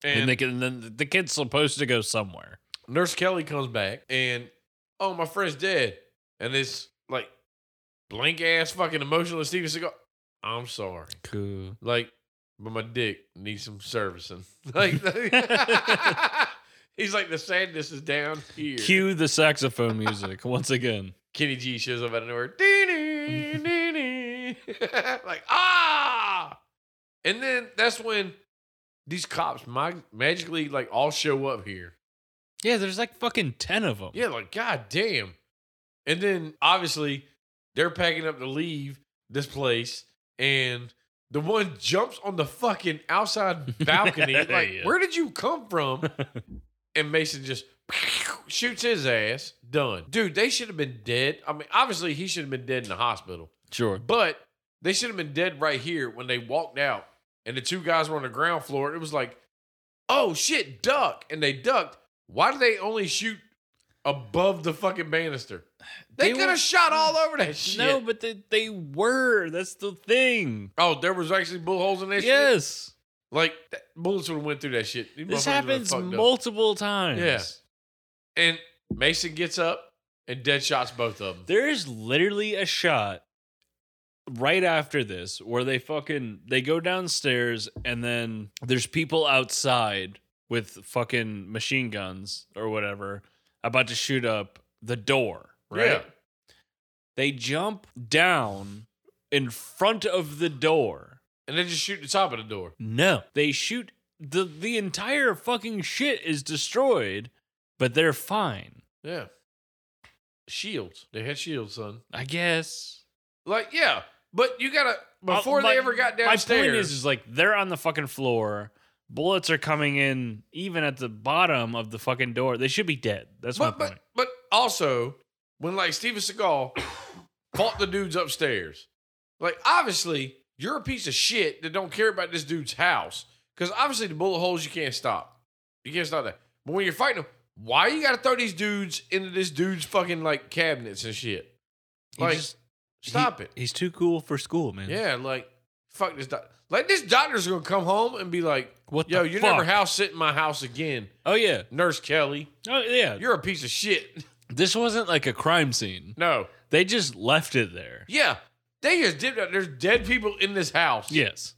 And, And they can, then the kid's supposed to go somewhere. Nurse Kelly comes back and oh my friend's dead. And it's like blank ass fucking emotionless Steven Seagal. I'm sorry. Cool. Like, but my dick needs some servicing. Like, he's like, the sadness is down here. Cue the saxophone music once again. Kenny G shows up out of nowhere. Dee-dee, dee-dee. like, ah! And then that's when these cops mag- magically, like, all show up here. Yeah, there's like fucking ten of them. Yeah, like, god damn. And then obviously they're packing up to leave this place, and the one jumps on the fucking outside balcony. like, Yeah. where did you come from? and Mason just shoots his ass. Done. Dude, they should have been dead. I mean, obviously he should have been dead in the hospital. sure. But they should have been dead right here when they walked out and the two guys were on the ground floor. It was like, oh shit, duck. And they ducked. Why did they only shoot above the fucking banister? They, They could were- have shot all over that shit. No, but they, they were. That's the thing. oh, there was actually bullet holes in that shit? Yes. Like, that, bullets would have went through that shit. These This motherfuckers would've happens fucked up. multiple times. Yeah. And Mason gets up and dead shots both of them. There is literally a shot right after this where they fucking they go downstairs and then there's people outside with fucking machine guns or whatever about to shoot up the door, right? Yeah. They jump down in front of the door. And they just shoot the top of the door. No. They shoot the the entire fucking shit is destroyed, but they're fine. Yeah. Shields. They had shields, son. I guess. Like, yeah. But you gotta Uh, before my- they ever got downstairs. My point is, is like they're on the fucking floor. Bullets are coming in even at the bottom of the fucking door. They should be dead. That's my but but point. but also when like Steven Seagal fought the dudes upstairs, like obviously you're a piece of shit that don't care about this dude's house because obviously the bullet holes you can't stop, you can't stop that. But when you're fighting them, why you gotta throw these dudes into this dude's fucking like cabinets and shit? He Like, just- stop he- it. He's too cool for school, man. Yeah, like fuck this doc. Like this doctor's gonna come home and be like, What "Yo, the you're never fuck? house sitting my house again, Oh yeah. Nurse Kelly. Oh yeah. You're a piece of shit." This wasn't like a crime scene. No, They just left it there. Yeah, they just did that. There's dead people in this house. Yes.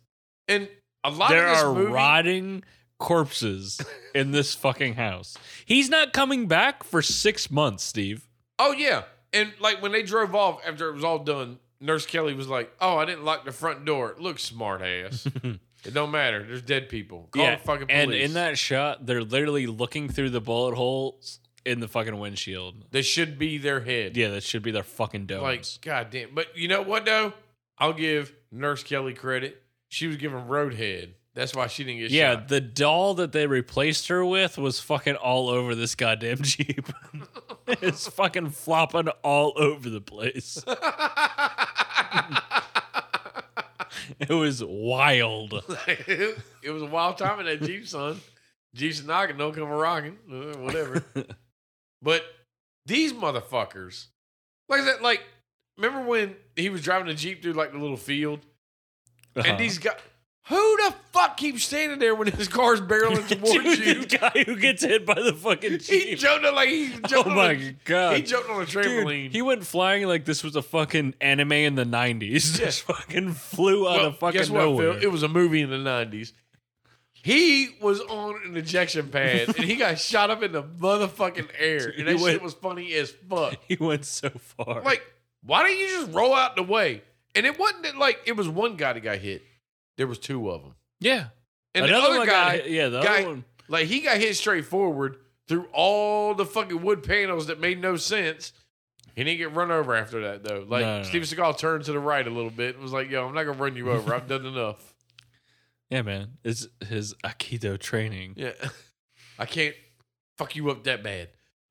and a lot There of this are movie. rotting corpses in this fucking house. He's not coming back for six months, Steve. oh yeah, and like when they drove off after it was all done, Nurse Kelly was like, "Oh, I didn't lock the front door. Look, smart ass. it don't matter. There's dead people. Call the fucking police." and in that shot, they're literally looking through the bullet holes in the fucking windshield. they should be their head. Yeah, that should be their fucking domes. like goddamn. But you know what though? I'll give Nurse Kelly credit. She was given roadhead. That's why she didn't get yeah, shot. the doll that they replaced her with was fucking all over this goddamn jeep. it's fucking flopping all over the place. It was wild. it was a wild time in that Jeep, son. Jeep's knocking, don't come a rocking, uh, whatever. but these motherfuckers, like that, like remember when he was driving the Jeep through like the little field, Uh-huh. and these guys, who the fuck keeps standing there when his car's barreling towards Uh-huh. Dude, you? the guy who gets hit by the fucking He jeep. jumped on like he jumped oh on my a, god. he jumped on a Dude, trampoline. he went flying like this was a fucking anime in the 90s. Yeah. Just fucking flew out Well, of fucking guess what, nowhere. Phil? It was a movie in the nineties. He was on an ejection pad and he got shot up in the motherfucking air. And He that shit went- was funny as fuck. he went so far. Like, why don't you just roll out the way? And it wasn't that like it was one guy that got hit. There was two of them. yeah. And Another the other one got guy, hit- yeah, the guy- other one. like he got hit straight forward through all the fucking wood panels that made no sense. He didn't get run over after that though. Like No, no, no. Steven Seagal turned to the right a little bit and was like, "Yo, I'm not gonna run you over. I've done enough." Yeah, man. It's his Aikido training. Yeah. I can't fuck you up that bad.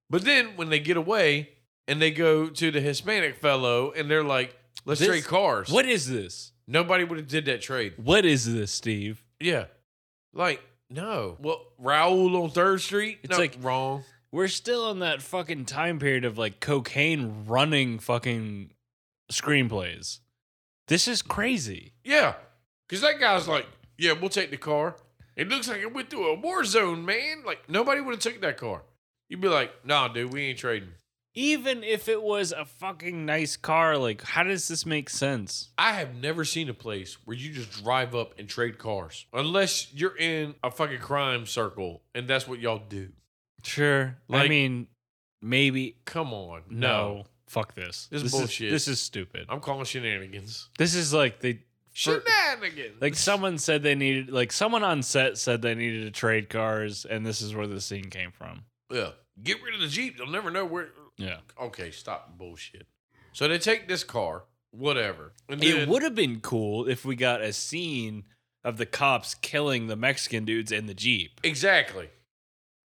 But then when they get away and they go to the Hispanic fellow and they're like, let's This- trade cars. What is this? Nobody would have did that trade. What is this, Steve? Yeah. Like, no. Well, Raul on Third Street? It's no, like- wrong. We're still in that fucking time period of like cocaine running fucking screenplays. This is crazy. Yeah. Cause that guy's like, yeah, we'll take the car. It looks like it went through a war zone, man. Like nobody would have took that car. You'd be like, nah, dude, we ain't trading. Even if it was a fucking nice car, like, how does this make sense? I have never seen a place where you just drive up and trade cars, unless you're in a fucking crime circle and that's what y'all do. Sure. I Like- mean, maybe. Come on, No. Fuck this. This is is bullshit. this is stupid. I'm calling shenanigans. This is like they for- Shenanigans. like someone said they needed like someone on set said they needed to trade cars and this is where the scene came from. yeah, get rid of the jeep. They'll never know where. Yeah. Okay, stop the bullshit. So they take this car, whatever. And It then- would have been cool if we got a scene of the cops killing the Mexican dudes in the Jeep. exactly.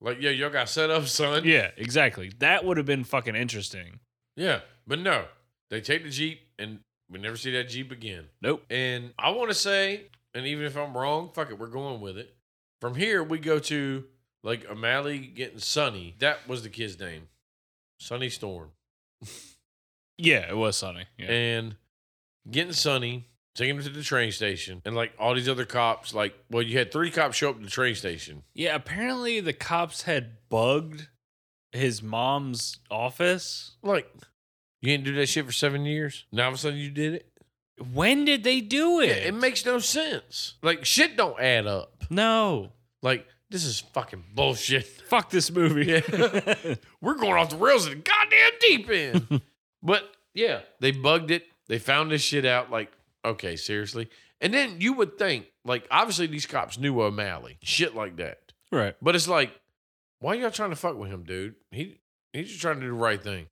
Like yeah, y'all got set up, son. Yeah, exactly. That would have been fucking interesting. yeah. But no, they take the jeep and we never see that jeep again. Nope. And I want to say, and even if I'm wrong, fuck it, we're going with it. From here, we go to like O'Malley getting Sonny. That was the kid's name, Sonny Storm. Yeah, it was Sonny. Yeah. And getting Sonny, taking him to the train station, and like all these other cops. Like, well, you had three cops show up at the train station. yeah, apparently the cops had bugged his mom's office. Like, you didn't do that shit for seven years. Now all of a sudden you did it. When did they do it? Yeah, it makes no sense. Like, shit don't add up. no. Like, this is fucking bullshit. Fuck this movie. we're going off the rails at the goddamn deep end. but yeah, they bugged it. They found this shit out. Like, okay, seriously. And then you would think, like, obviously these cops knew O'Malley, shit like that. right. But it's like, why y'all trying to fuck with him, dude? He he's just trying to do the right thing.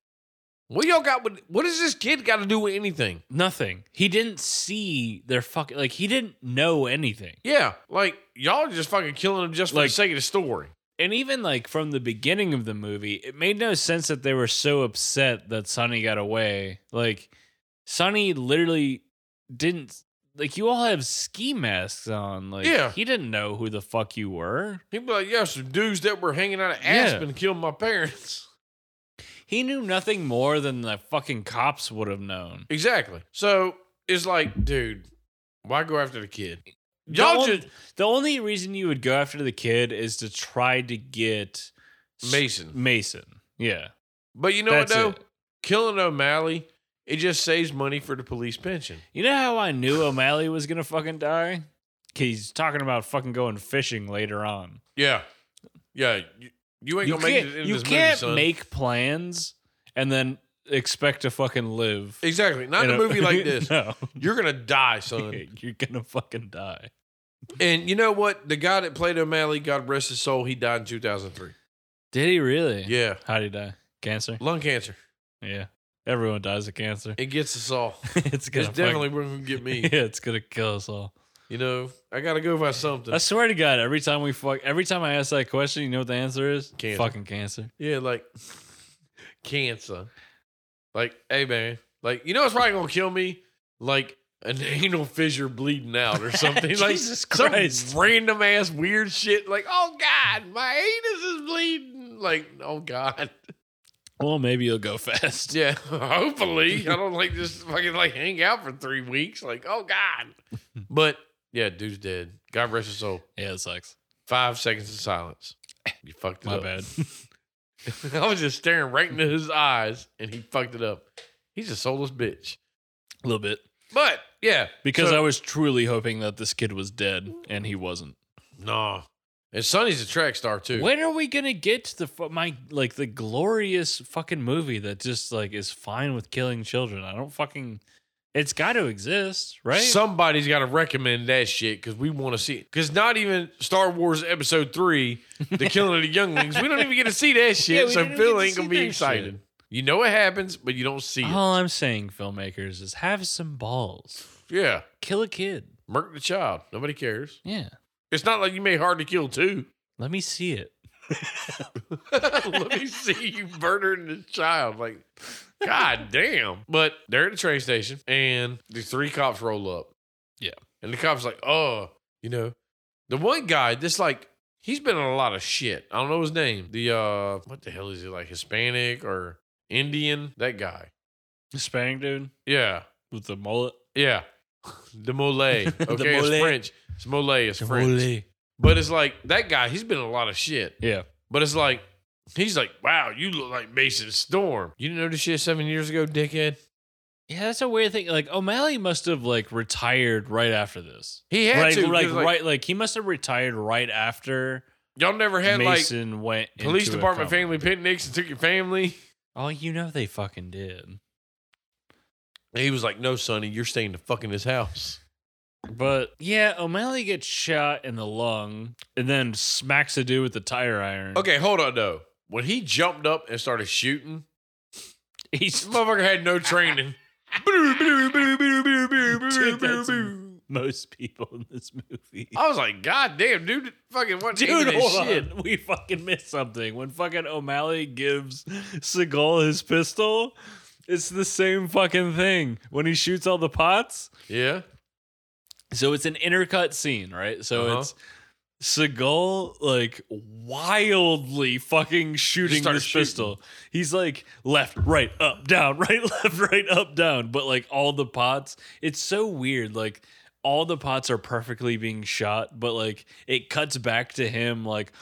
What y'all got with what does this kid got to do with anything? Nothing. He didn't see their fucking like he didn't know anything. Yeah, like y'all are just fucking killing him just for Like- the sake of the story. And even like from the beginning of the movie, it made no sense that they were so upset that Sonny got away. Like Sonny literally didn't like you all have ski masks on. Like Yeah. he didn't know who the fuck you were. He'd be like, yeah, some dudes that were hanging out at Yeah. Aspen killed my parents. He knew nothing more than the fucking cops would have known. Exactly. So it's like, dude, why go after the kid? The Y'all on- just the only reason you would go after the kid is to try to get s- Mason. Mason. Yeah. But you know That's what though? it. Killing O'Malley, it just saves money for the police pension. You know how I knew O'Malley was gonna fucking die? 'Cause He's talking about fucking going fishing later on. Yeah. Yeah. You, you ain't You gonna make it can't, into you this can't movie, son. make plans and then expect to fucking live. exactly. Not in You a know? movie like this. no, You're gonna die, son. you're gonna fucking die. and you know what? The guy that played O'Malley, God rest his soul, he died in 2003. Did he really? Yeah, How'd he die? Cancer. lung cancer. Yeah. Everyone dies of cancer. It gets us all. it's gonna It's definitely gonna get fucking- me. Yeah, it's gonna kill us all. You know, I gotta go by something. I swear to God, every time we fuck, every time I ask that question, you know what the answer is? Cancer. Fucking cancer. Yeah, like cancer. Like, hey man, like you know what's probably gonna kill me? Like an anal fissure bleeding out or something. like Jesus some Christ. random ass weird shit. Like, oh god, my anus is bleeding. Like, oh god. Well, maybe you'll go fast. Yeah, hopefully. I don't like just fucking like hang out for three weeks. Like, oh god. But yeah, dude's dead. God rest his soul. Yeah, it sucks. Five seconds of silence. You fucked it My up. bad. I was just staring right into his eyes and he fucked it up. He's a soulless bitch. A little bit. But yeah. Because so- I was truly hoping that this kid was dead and he wasn't. Nah. And Sonny's a track star too. When are we gonna get to the fu- my like the glorious fucking movie that just like is fine with killing children? I don't fucking. It's got to exist, right? Somebody's got to recommend that shit because we want to see it. Because not even Star Wars Episode 3, The Killing of the Younglings, we don't even get to see that Yeah, shit. we so didn't even get Phil to ain't going see to be that excited. shit. Uh-huh. You know it happens, but you don't see All I'm saying, filmmakers, is have some balls. it. Yeah. Kill a kid. Murk the child. Nobody cares. Yeah. It's not like you made Hard to Kill 2. Let me see it. Let me see you murdering this child. Like, god damn. But they're at the train station and the three cops roll up. Yeah. And the cop's like, oh, you know. The one guy, this like, he's been on a lot of shit. I don't know his name. The uh what the hell is he like Hispanic or Indian? That guy. Hispanic dude Yeah. with the mullet. Yeah. The mole. Okay, it's mole. French. It's mole, it's French. But it's like that guy, he's been on a lot of shit. Yeah. But it's like, he's like, wow, you look like Mason Storm. You didn't know this shit seven years ago, dickhead? Yeah, that's a weird thing. Like O'Malley must have like retired right after this. He had like, to. 'cause, like, like, right, like he must have retired right after Y'all never had like Mason went. police into a department coma. family picnics and took your family. Oh, you know they fucking did. And he was like, no, Sonny, you're staying the fuck in this house. But yeah, O'Malley gets shot in the lung and then smacks a dude with the tire iron. Okay, hold on though. When he jumped up and started shooting, this he's motherfucker had no training. Dude, that's- most people in this movie. I was like, God damn, dude, fucking what Dude, this hold shit. on. We fucking missed something. When fucking O'Malley gives Seagal his pistol, it's the same fucking thing. When he shoots all the pots, Yeah. so it's an intercut scene, right? So Uh-huh. it's Seagal like wildly fucking shooting started this shooting. pistol. He's like left, right, up, down, right, left, right, up, down. But like all the pots, it's so weird. Like all the pots are perfectly being shot, but like it cuts back to him like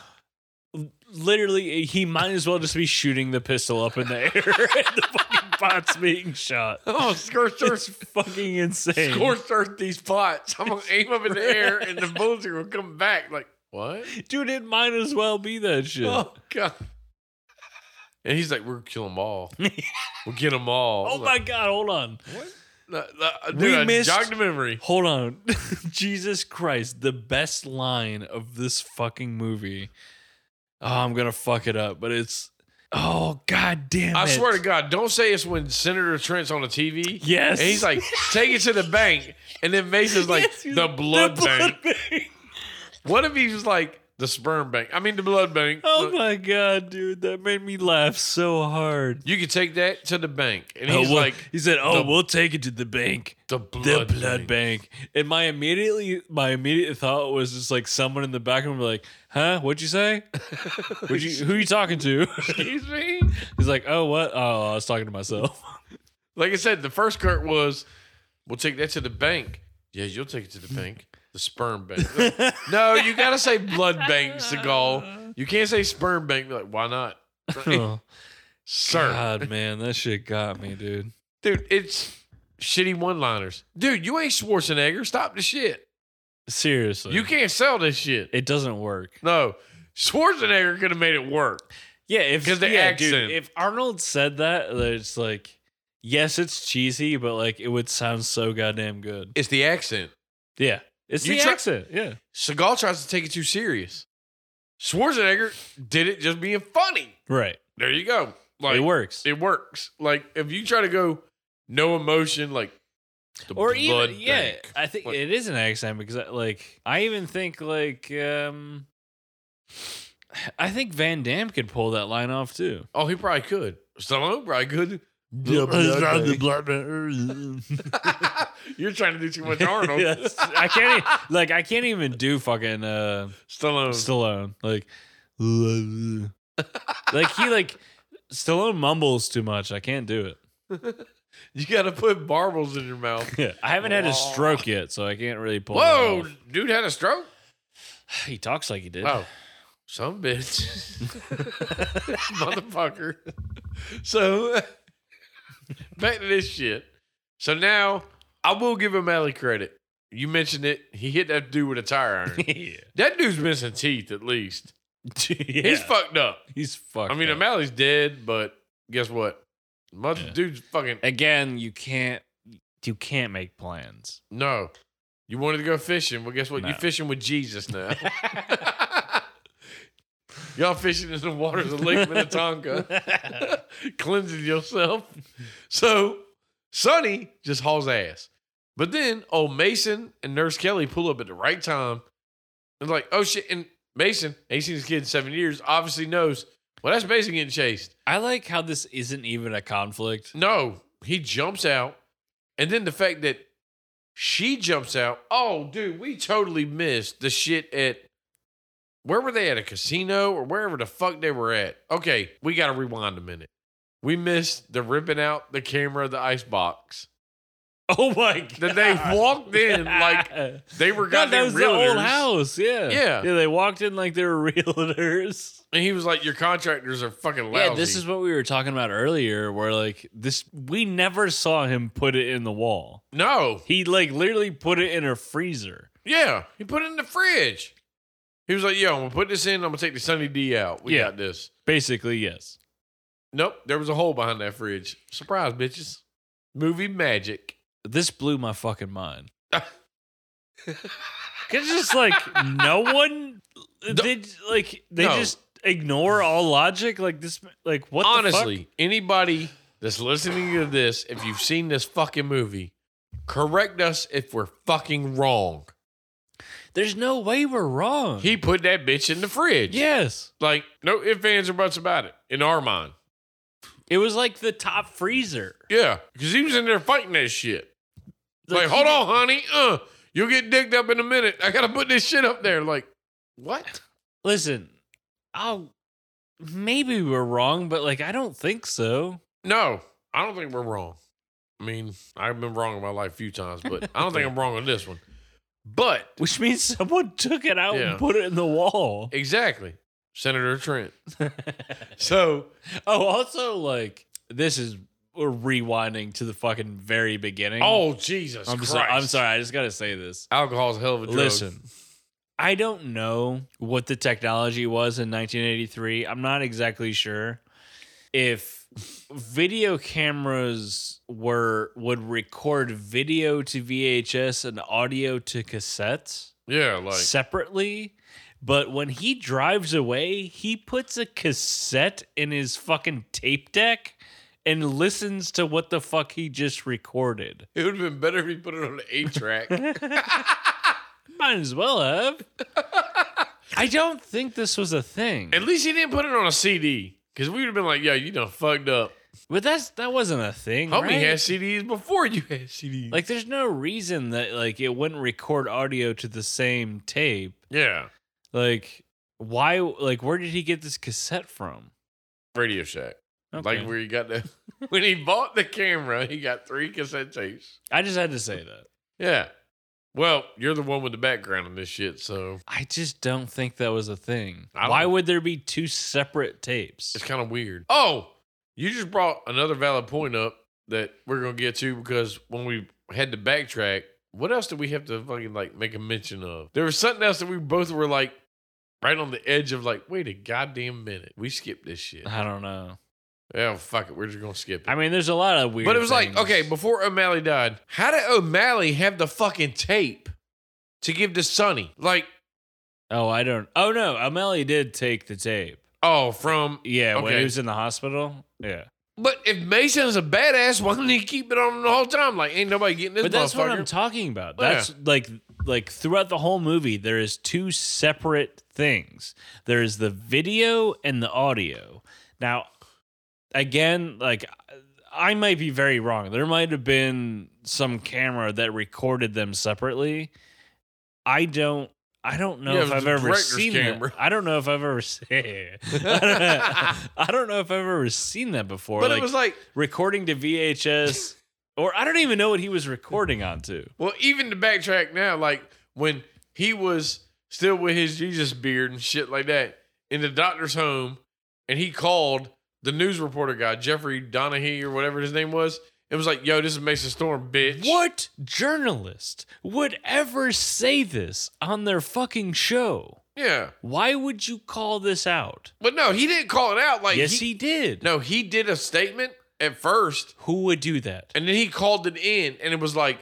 literally he might as well just be shooting the pistol up in the air and the fucking pot's being shot. Oh, scorched It's earth. fucking insane. Scorched earth these pots. I'm going to aim them in the air and the bullets are going to come back. Like, what? Dude, it might as well be that shit. Oh, God. And he's like, we're going to kill them all. we'll get them all. oh I'm my like, god, hold on. What? No, no, dude, We I missed- jogged the memory. Hold on. Jesus Christ, the best line of this fucking movie. Oh, I'm gonna fuck it up, but it's oh god damn it. I swear to God, don't say it's when Senator Trent's on the TV. Yes. And he's like, take it to the bank. And then Mason's like, Yes, he's the like, blood the bank. bank. What if he was like, the sperm bank? I mean, the blood bank. Oh my god, dude, that made me laugh so hard. You could take that to the bank. And Oh, he's well- like, he said, "Oh, the- we'll take it to the bank, the blood, the blood bank." And my immediately, my immediate thought was just like someone in the back room, like, "Huh? What'd you say? Would you, who you talking to?" Excuse me? He's like, "Oh, what? Oh, I was talking to myself." Like I said, the first Kurt was, we'll take that to the bank. Yeah, you'll take it to the bank. The sperm bank. no, you got to say blood bank, Seagal. You can't say sperm bank. Be Like, why not? Oh, Sir. God, man, that shit got me, dude. Dude, it's shitty one liners. Dude, you ain't Schwarzenegger. Stop the shit. Seriously, You can't sell this shit. It doesn't work. No. Schwarzenegger could have made it work. Yeah, if 'Cause the yeah, dude, accent. if Arnold said that, then it's like, yes, it's cheesy, but like it would sound so goddamn good. It's the accent. Yeah, it's You the try- accent. Yeah. Seagal tries to take it too serious. Schwarzenegger did it just being funny. Right. There you go. Like it works. It works. Like if you try to go no emotion, like the or blood even yeah, bank. I think Like- it is an accent because I, like I even think like um I think Van Damme could pull that line off too. Oh, he probably could. Stallone probably could. You're trying to do too much Arnold. Yes. I can't even, like I can't even do fucking uh Stallone. Stallone. Like like he like Stallone mumbles too much. I can't do it. you got to put marbles in your mouth. Yeah. I haven't had a stroke yet, so I can't really pull. that Whoa, off. dude had a stroke. He talks like he did. Oh, some bitch, motherfucker. So back to this shit. So now I will give him alley credit. You mentioned it. He hit that dude with a tire iron. yeah. that dude's missing teeth at least. He's He's fucked up. He's fucked. I mean, up. O'Malley's dead, but guess what? Mother Yeah. dude's fucking again, you can't you can't make plans. no. You wanted to go fishing. Well, guess what? No. You're fishing with Jesus now. Y'all fishing in the waters of Lake Minnetonka. cleansing yourself. So Sonny just hauls ass. But then old Mason and Nurse Kelly pull up at the right time and like, oh shit. And Mason, ain't seen his kid in seven years, obviously knows, well, that's Mason getting chased. I like how this isn't even a conflict. No, he jumps out. And then the fact that she jumps out. Oh, dude, we totally missed the shit at where were they at? A casino or wherever the fuck they were at. Okay, we got to rewind a minute. We missed the ripping out the camera of the ice box. Oh my god. That they walked in like they were God, that goddamn was the old realtors. house. Yeah. Yeah. Yeah, they walked in like they were realtors. And he was like, Your contractors are fucking lousy. Yeah, this is what we were talking about earlier where like this we never saw him put it in the wall. No. He like literally put it in her freezer. Yeah. He put it in the fridge. He was like, Yo, I'm going to put this in. I'm going to take the Sunny D out. We Yeah. got this. Basically, yes. Nope, there was a hole behind that fridge. Surprise, bitches. Movie magic. This blew my fucking mind. It's just like no one did like they No. just ignore all logic. Like this, like what? the Honestly, anybody that's listening to this, if you've seen this fucking movie, correct us if we're fucking wrong. fuck? there's no way we're wrong. He put that bitch in the fridge. yes, Like, no ifs, ands, or buts about it in our mind. it was like the top freezer. Yeah, because he was in there fighting that shit. Like, he hold did- on, honey. Uh, you'll get digged up in a minute. I got to put this shit up there. Like, What? Listen, I'll maybe we're wrong, but like I don't think so. No, I don't think we're wrong. I mean, I've been wrong in my life a few times, but I don't think I'm wrong on this one. But Which means someone took it out Yeah. and put it in the wall. exactly, Senator Trent. So oh, also like this is we're rewinding to the fucking very beginning. Oh Jesus I'm Christ! sorry. I'm sorry. I just gotta say this. Alcohol's a hell of a drug. Listen, I don't know what the technology was in 1983. I'm not exactly sure if video cameras were would record video to VHS and audio to cassettes yeah, like separately. But when he drives away, he puts a cassette in his fucking tape deck and listens to what the fuck he just recorded. it would have been better if he put it on an eight track. Might as well have. I don't think this was a thing. At least he didn't put it on a CD because we would have been like, "Yo, you done fucked up." But that's that wasn't a thing. Homie right? had CDs before you had CDs. like there's no reason that like it wouldn't record audio to the same tape. yeah, Like why like where did he get this cassette from? Radio Shack. Okay. Like where he got the when he bought the camera, he got three cassette tapes. I just had to say that. Yeah. Well, you're the one with the background on this shit, so I just don't think that was a thing. I don't- Why would there be two separate tapes? it's kind of weird. Oh, you just brought another valid point up that we're gonna get to because when we had to backtrack, what else did we have to fucking like make a mention of? There was something else that we both were like right on the edge of like, wait a goddamn minute, we skipped this shit. I don't know. Oh fuck it, we're just gonna skip it. Uh-huh. I mean, there's a lot of weird. But it was like, things. okay, before O'Malley died, how did O'Malley have the fucking tape to give to Sonny? Like, oh, I don't. Oh no, Amelie did take the tape. oh, from. Yeah, when Okay. he was in the hospital. Yeah, But if Mason's a badass, why didn't he keep it on the whole time? Like, ain't nobody getting this but that's what motherfucker. Oh, I'm talking about. Yeah. That's like like throughout the whole movie, there is two separate things. There is the video and the audio. Now, again, like I might be very wrong. There might have been some camera that recorded them separately. I don't. I don't know Yeah, if it was I've the ever director's seen camera. that. I don't know if I've ever seen. I don't know if I've ever seen that before. but like, it was like, recording to VHS, or I don't even know what he was recording onto. well, even to backtrack now, like when he was still with his Jesus beard and shit like that in the doctor's home, and he called the news reporter guy, Jeffrey Donahue or whatever his name was. It was like, yo, this is Mason Storm, bitch. What journalist would ever say this on their fucking show? Yeah. Why would you call this out? But no, he didn't call it out. Like yes, he, did. no, Uh, he did a statement at first, Who would do that? and then he called it in, and it was like,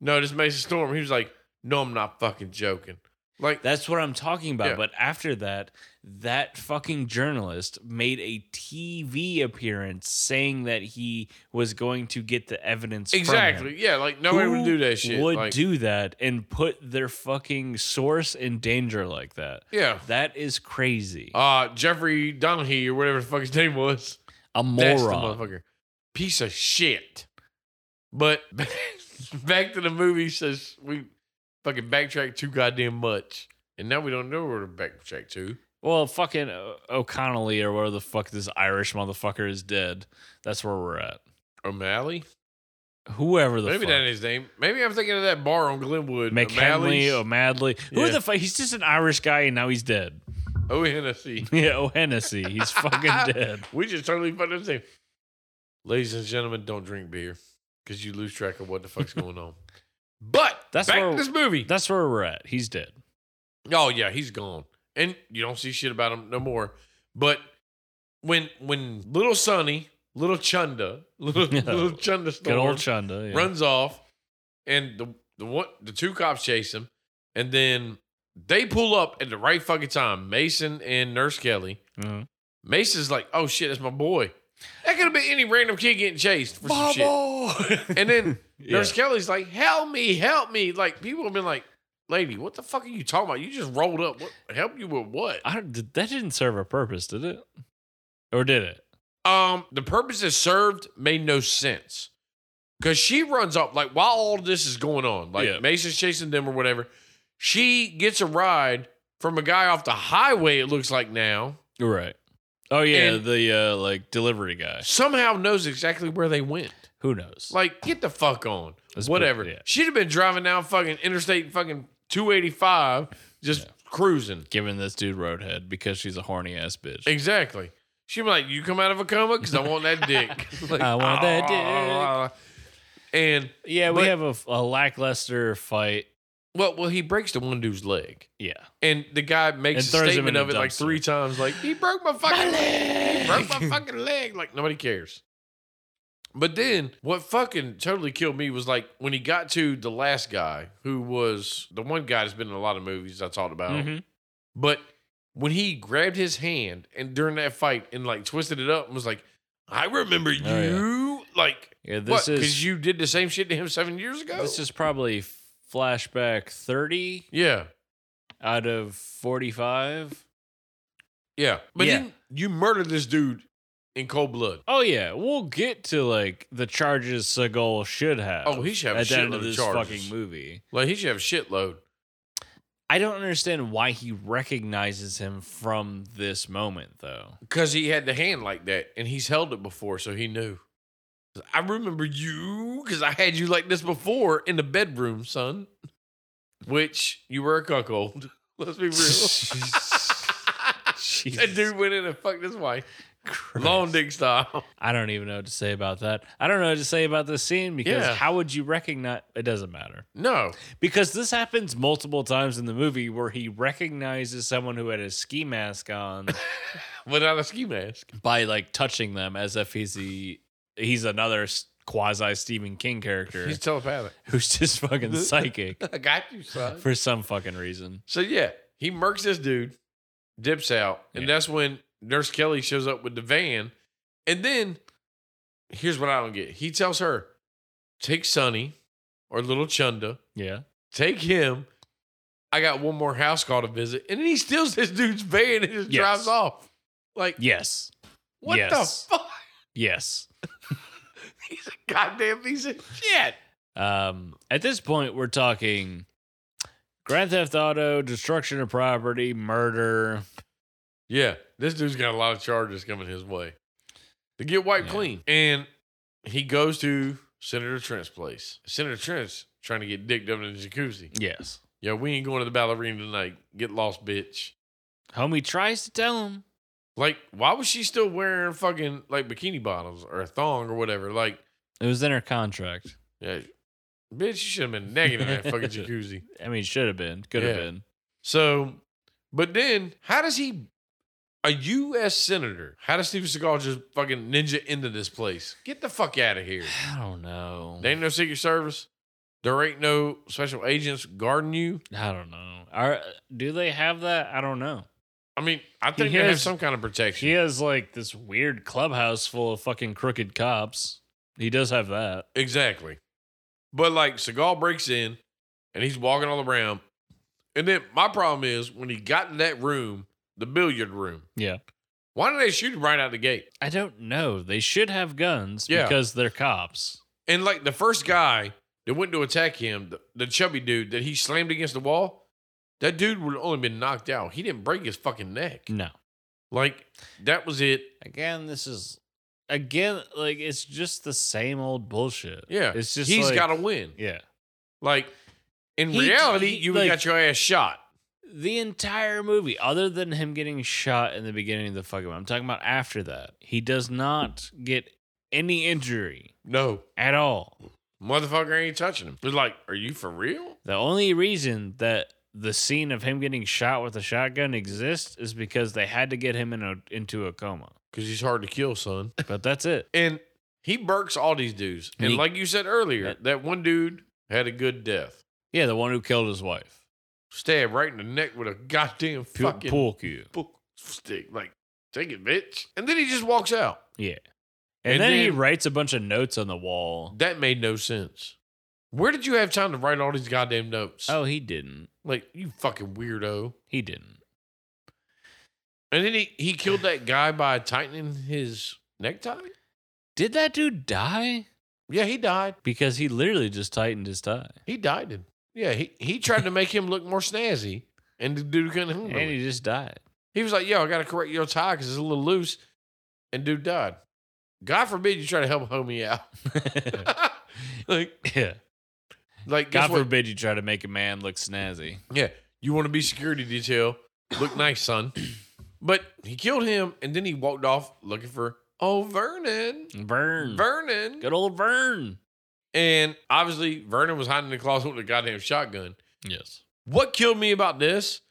no, this Mason Storm. He was like, no, I'm not fucking joking. Like That's what I'm talking about. Yeah. But after that, that fucking journalist made a TV appearance saying that he was going to get the evidence. from him. exactly, yeah. Like nobody Who would do that shit. Would like, do that and put their fucking source in danger like that. yeah. That is crazy. Uh, Jeffrey Donahue or whatever the fuck his name was. a That's the moron. motherfucker. Piece of shit. But back to the movie says we fucking backtrack too goddamn much, and now we don't know where to backtrack to. Well, fucking O- O'Connelly or whatever the fuck this Irish motherfucker is dead. That's where we're at. O'Malley. Whoever the Maybe fuck. that is his name. Maybe I'm thinking of that bar on Glenwood. McHenley, O'Malley's. O'Madley. Who Yeah. the fuck? He's just an Irish guy and now he's dead. Oh, Hennessy. Yeah, O'Hennessy. He's fucking dead. We just totally fucked up his name. Ladies and gentlemen, don't drink beer because you lose track of what the fuck's going on. But That's that's back where- to this movie. That's where we're at. He's dead. Oh yeah, he's gone, and you don't see shit about him no more. But when when little Sonny, little Chunda, little Yeah. little Chunda Good Storm old Chunda. yeah. runs off, and the the one the two cops chase him, and then they pull up at the right fucking time. Mason and Nurse Kelly. Mhm. Mason's like, "Oh shit, that's my boy." That could have been any random kid getting chased for some shit. And then Yeah. Nurse Kelly's like, "Help me, help me!" Like people have been like, "Lady, what the fuck are you talking about? You just rolled up. What help you with what?" I don't, did- that didn't serve a purpose, did it? Or did it? Um, the purpose that served made no sense. Cause she runs up like while all this is going on, like Yeah. Mason's chasing them or whatever, she gets a ride from a guy off the highway, it looks like now, Right. Oh yeah, And- the uh like delivery guy. somehow knows exactly where they went. Who knows? Like, get the fuck on. That's Whatever. bull- yeah. She'd have been driving down fucking interstate fucking 285, just cruising. giving this dude roadhead because she's a horny ass bitch. Exactly. She'd be like, You come out of a coma because I want that dick. Like, I want that dick. And, Yeah, we But- have a, f- a lackluster fight. well, well, he breaks the one dude's leg. Yeah. And the guy makes And a throws him statement in a of it like dumpster. three times, like, He broke my fucking leg. He broke Mm-hmm. my fucking leg. Like, nobody cares. But then what fucking totally killed me was like when he got to the last guy who was the one guy that's been in a lot of movies I talked about. Mhm. But when he grabbed his hand and during that fight and like twisted it up and was like, I remember you. Oh, yeah. Like, Yeah, what? this Because is you did the same shit to him seven years ago? this is probably flashback 30 yeah. out of 45. Yeah. But Yeah. then you murdered this dude in cold blood. Oh yeah, we'll get to like the charges Seagal should have. Oh, he should have at a the end shitload of of this charges. fucking movie. Like, he should have a shitload. I don't understand why he recognizes him from this moment though. Because he had the hand like that and he's held it before, so he knew. I remember you because I had you like this before in the bedroom, son. Which you were a cuckold. Let's be real. That Jesus dude went in and fucked his wife. Christ. Long dick style. I don't even know what to say about that. I don't know what to say about this scene because Yeah. how would you recognize it doesn't matter. No. Because this happens multiple times in the movie where he recognizes someone who had a ski mask on Without a ski mask. by like touching them as if he's the he's another quasi Stephen King character He's telepathic. who's just fucking psychic I got you, son. for some fucking reason. So yeah, he murks this dude, dips out, and Yeah. that's when Nurse Kelly shows up with the van. And then here's what I don't get. He tells her, take Sonny or little Chunda, Yeah. take him. I got one more house call to visit. And then he steals this dude's van and just Yes. drives off. Like, Yes. what yes. the fuck? Yes. He's a goddamn piece of shit. Um, at this point, we're talking Grand Theft Auto, destruction of property, murder. Yeah, this dude's got a lot of charges coming his way to get wiped Yeah. clean. And he goes to Senator Trent's place. Senator Trent's trying to get dicked up in the jacuzzi. Yes. Yeah, we ain't going to the ballerina tonight. Get lost, bitch. Homie tries to tell him. Like, why was she still wearing fucking like bikini bottoms or a thong or whatever? Like, It was in her contract. yeah, bitch, you should have been naked in that fucking jacuzzi. I mean, should have been, could have Yeah. been. So, but then how does he, a U.S. senator, how does Steven Seagal just fucking ninja into this place? Get the fuck out of here. I don't know. There ain't no Secret Service. There ain't no special agents guarding you. I don't know. Are do they have that? I don't know. I mean, I think He they have has- some kind of protection. He has like this weird clubhouse full of fucking crooked cops. He does have that. Exactly. But like Seagal breaks in and he's walking all around. And then my problem is when he got in that room, the billiard room. Yeah. Why did they shoot him right out the gate? I don't know. They should have guns Yeah. because they're cops. And like the first guy that went to attack him, the, the chubby dude that he slammed against the wall, that dude would have only been knocked out. He didn't break his fucking neck. No. Like that was it. Again, this is again like it's just the same old bullshit. Yeah. It's just he's like- got to win. Yeah. Like in He- reality, he- you would like- got your ass shot. the entire movie, other than him getting shot in the beginning of the fucking movie. I'm talking about after that. He does not get any injury No, at all. motherfucker ain't touching him. It's like, are you for real? The only reason that the scene of him getting shot with a shotgun exists is because they had to get him in a, into a coma. Because he's hard to kill, son. But that's it. and he burks all these dudes. And He- like you said earlier, That- that one dude had a good death. Yeah, the one who killed his wife. Stabbed right in the neck with a goddamn Pu- fucking pool cue. pool stick. Like, take it, bitch. And then he just walks out. Yeah. And, And then, he then- writes a bunch of notes on the wall. That made no sense. Where did you have time to write all these goddamn notes? Oh, he didn't. Like, you fucking weirdo. He didn't. And then he, he killed that guy by tightening his necktie? Did that dude die? Yeah, he died. Because he literally just tightened his tie. He died. Yeah, he, he tried to make him look more snazzy. and the dude couldn't handle And he it. just died. He was like, "Yo, I gotta correct your tie because it's a little loose," and dude died. God forbid you try to help homie out. like, yeah. like guess God what? forbid you try to make a man look snazzy. Yeah, you want to be security detail. Look nice, son. But he killed him, and then he walked off looking for oh Vernon, Vern. Vernon. Good old Vern. And obviously, Vernon was hiding in the closet with a goddamn shotgun. Yes. What killed me about this?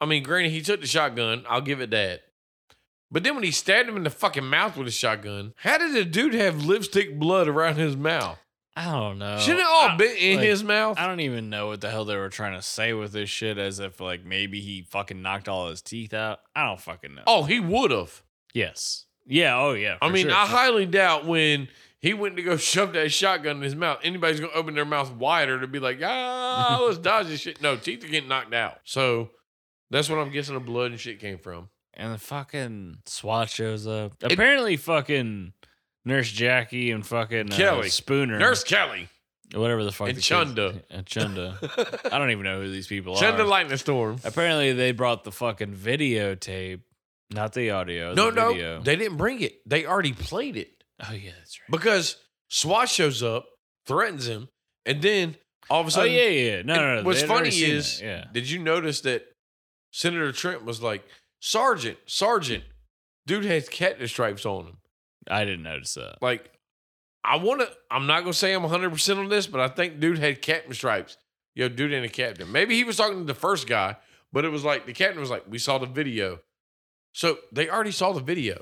I mean, granted, he took the shotgun. I'll give it that. But then when he stabbed him in the fucking mouth with a shotgun, how did the dude have lipstick blood around his mouth? I don't know. Shouldn't it all Oh, I- been in like, his mouth? I don't even know what the hell they were trying to say with this shit, as if like maybe he fucking knocked all his teeth out. I don't fucking know. Oh, he would have. yes, yeah, oh yeah. I for mean, sure. I highly doubt when he went to go shove that shotgun in his mouth, anybody's gonna open their mouth wider to be like, ah, let's dodge this shit. No, teeth are getting knocked out. So that's what I'm guessing the blood and shit came from. and the fucking SWAT shows up. Apparently, fucking Nurse Jackie and fucking uh, Kelly. Spooner, Nurse Kelly. whatever the fuck, And the kids- Chunda. and Chunda. I Send don't even know who these people the are. lightning storm. Apparently, they brought the fucking videotape, not the audio. No, the no, video. they didn't bring it. They already played it oh yeah, that's right. because SWAT shows up, threatens him, and then all of a oh sudden, yeah, yeah. No, and no, no. what's they'd already funny seen is- it, yeah, Did you notice that Senator Trent was like, Sergeant, Sergeant, dude has catnip stripes on him. I didn't notice that. Like, I want to, I'm not going to say I'm 100% on this, but I think dude had captain stripes. Yo, dude ain't a captain. Maybe he was talking to the first guy, but it was like, the captain was like, we saw the video. So they already saw the video.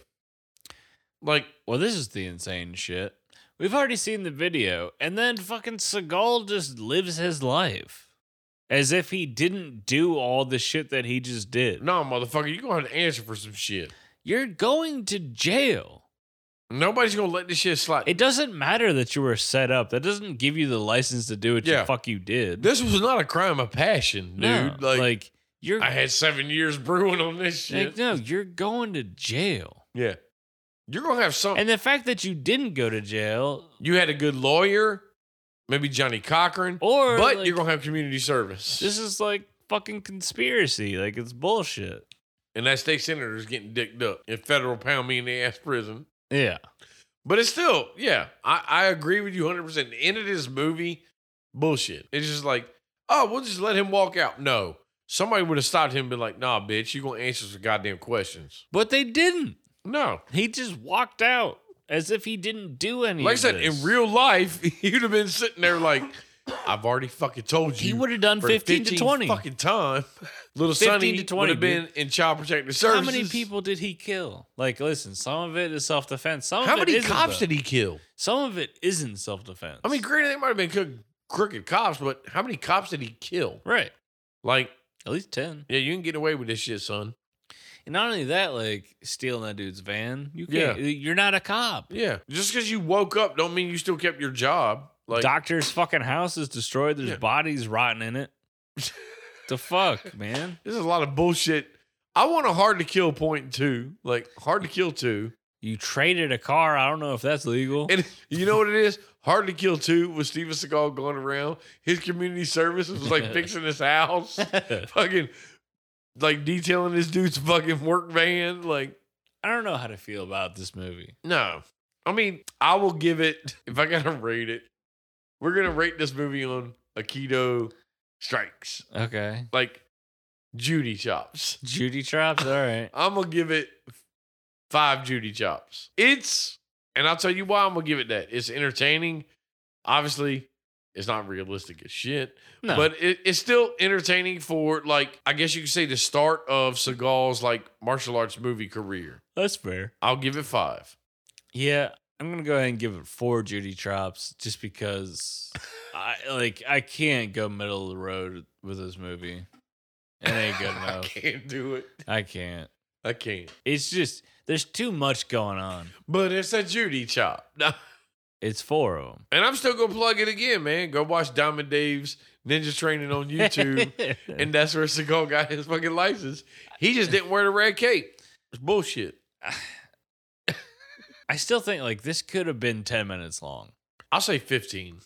Like, Well, this is the insane shit. We've already seen the video, and then fucking Seagal just lives his life as if he didn't do all the shit that he just did. no, motherfucker, you're going to have to answer for some shit. You're going to jail. Nobody's going to let this shit slide. It doesn't matter that you were set up. That doesn't give you the license to do what Yeah. the fuck you did. this was not a crime of passion, dude. No, like, you're I had seven years brewing on this shit. like, no, you're going to jail. Yeah. You're gonna have some And the fact that you didn't go to jail you had a good lawyer, maybe Johnny Cochran. or but like, you're gonna have community service. this is like fucking conspiracy. Like it's bullshit. and that state senator's getting dicked up in federal pound me in the ass prison. Yeah. But it's still, yeah, I, I agree with you 100 percent The end of this movie, bullshit. It's just like, oh, we'll just let him walk out. No. Somebody would have stopped him and been like, nah, bitch, you gonna answer some goddamn questions. But they didn't. No. He just walked out as if he didn't do anything. Like I said, in real life, you'd have been sitting there like, I've already fucking told you. he would have done for 15, to 20. fucking time. Little 15 Sonny to 20, would have been dude. in child protective How services. many people did he kill? Like, listen, some of it is self defense. Some How of it many isn't, cops though. did he kill? Some of it isn't self defense. I mean, granted, they might have been crook- crooked cops, but how many cops did he kill? right. Like, At least 10. yeah, you can get away with this shit, son. And not only that, like stealing that dude's van, you can't. You're not a cop. Yeah, just because you woke up don't mean you still kept your job. Like, Doctor's fucking house is destroyed. There's Yeah. bodies rotting in it. the fuck, man. this is a lot of bullshit. I want a hard to kill point two, like hard to kill two, You traded a car. I don't know if that's legal. and you know what it is? Hard to kill two with Steven Seagal going around. His community service was like fixing his house. fucking like detailing this dude's fucking work van. Like, I don't know how to feel about this movie. no. I mean, I will give it if I gotta rate it. We're gonna rate this movie on Aikido strikes. Okay. Like Judy chops. Judy Traps, all right. I'm gonna give it five Judy chops. It's and I'll tell you why I'm gonna give it that. It's entertaining. Obviously, it's not realistic as shit. No. But it, it's still entertaining for like I guess you could say the start of Seagal's like martial arts movie career. that's fair. I'll give it five. Yeah, I'm gonna go ahead and give it four Judy Traps just because I like I can't go middle of the road with this movie. It ain't good I enough. can't do it. I can't. Uh, I can't. It's just there's too much going on. But it's a Judy chop. And It's four of them. I'm still gonna plug it again, man. Go watch Diamond Dave's Ninja Training on YouTube. and that's where Seagal got his fucking license. He just didn't wear the red cape. It's bullshit. I still think like this could have been ten minutes long. I'll say 15.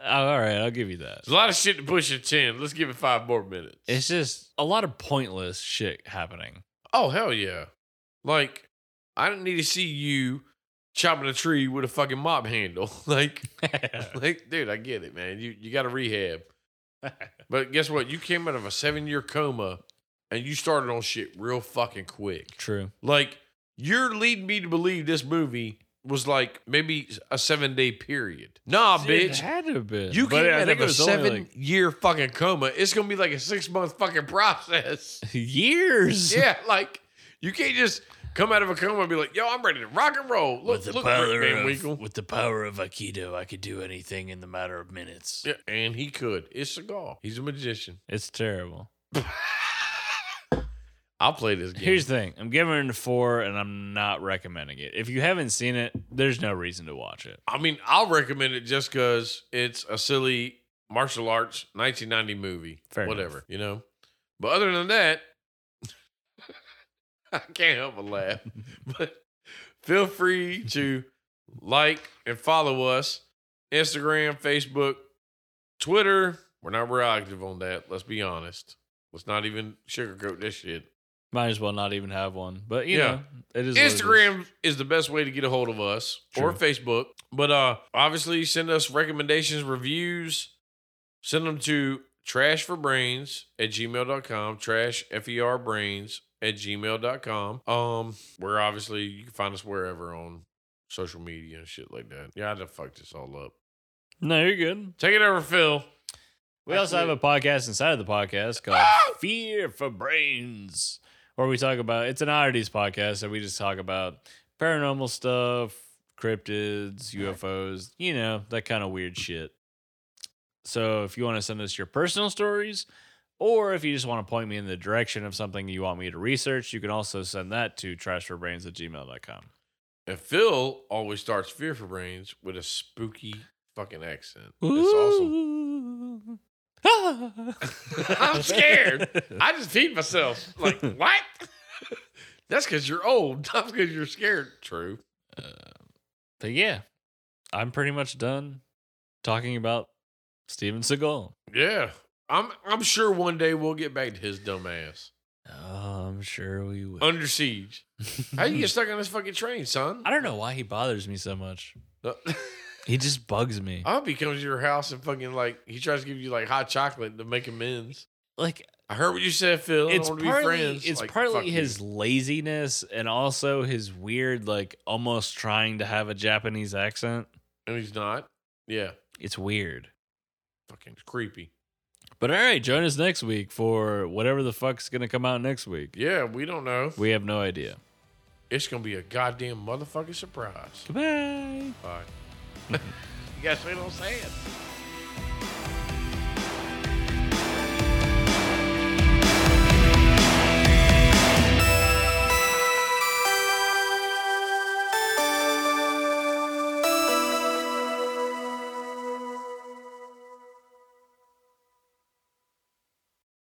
Oh, all right, I'll give you that. There's a lot of shit to push your chin. Let's give it five more minutes. It's just a lot of pointless shit happening. oh hell yeah! Like I didn't need to see you chopping a tree with a fucking mop handle. like, like, dude, I get it, man. You you got to rehab. But guess what? You came out of a seven year coma, and you started on shit real fucking quick. True. Like you're leading me to believe this movie was like maybe a seven day period. Nah, It Ah, bitch. had to have been. You But came I out think of it a was only, seven like, year fucking coma. It's gonna be like a six month fucking process. years. yeah, like you can't just come out of a coma and be like, yo, I'm ready to rock and roll. Look, look, Rick Van Winkle. with the power of Aikido, I could do anything in the matter of minutes. Yeah, and he could. It's Seagal. He's a magician. It's terrible. I'll play this game. Here's the thing: I'm giving it a four, and I'm not recommending it. If you haven't seen it, there's no reason to watch it. I mean, I'll recommend it just because it's a silly martial arts 1990 movie. Fair enough. Whatever, you know. But other than that, I can't help but laugh. but feel free to like and follow us Instagram, Facebook, Twitter. We're not real active on that. Let's be honest. Let's not even sugarcoat this shit. Might as well not even have one. But you Yeah. know, it is what it is. Instagram is the best way to get a hold of us True. or Facebook. But uh obviously send us recommendations, reviews. Send them to trash for brains at gmail.com, trash F E R brains at gmail.com. Um, we're obviously you can find us wherever on social media and shit like that. Yeah, I just fucked this all up. No, you're good. Take it over, Phil. We also have a podcast inside of the podcast called Ah! Fear for Brains, where we talk about it's an oddities podcast, and we just talk about paranormal stuff, cryptids, UFOs, you know, that kind of weird shit. So if you want to send us your personal stories, or if you just want to point me in the direction of something you want me to research, you can also send that to trashforbrains at gmail.com. And Phil always starts Fear for Brains with a spooky fucking accent. It's awesome. awesome. I'm I'm scared. I just feed myself. Like, what? That's because you're old. Not because you're scared. True. But yeah, I'm pretty much done talking about Steven Seagal. Yeah. I'm I'm sure one day we'll get back to his dumb ass. Oh, I'm sure we will. Under siege. How you get stuck on this fucking train, son? Uh, I don't know why he bothers me so much. I He just bugs me. hope he comes to your house and fucking like he tries to give you like hot chocolate to make amends. Like I heard what you said, Phil. it's I want to partly be friends. it's Like, fuck partly you. his laziness and also his weird like almost trying to have a Japanese accent. and he's not. Yeah. It's weird. Fucking creepy. But all right, join us next week for whatever the fuck's gonna come out next week. Yeah, we don't know. We have no idea. It's gonna be a goddamn motherfucking surprise. Goodbye. All right. you gotta say what I'm saying.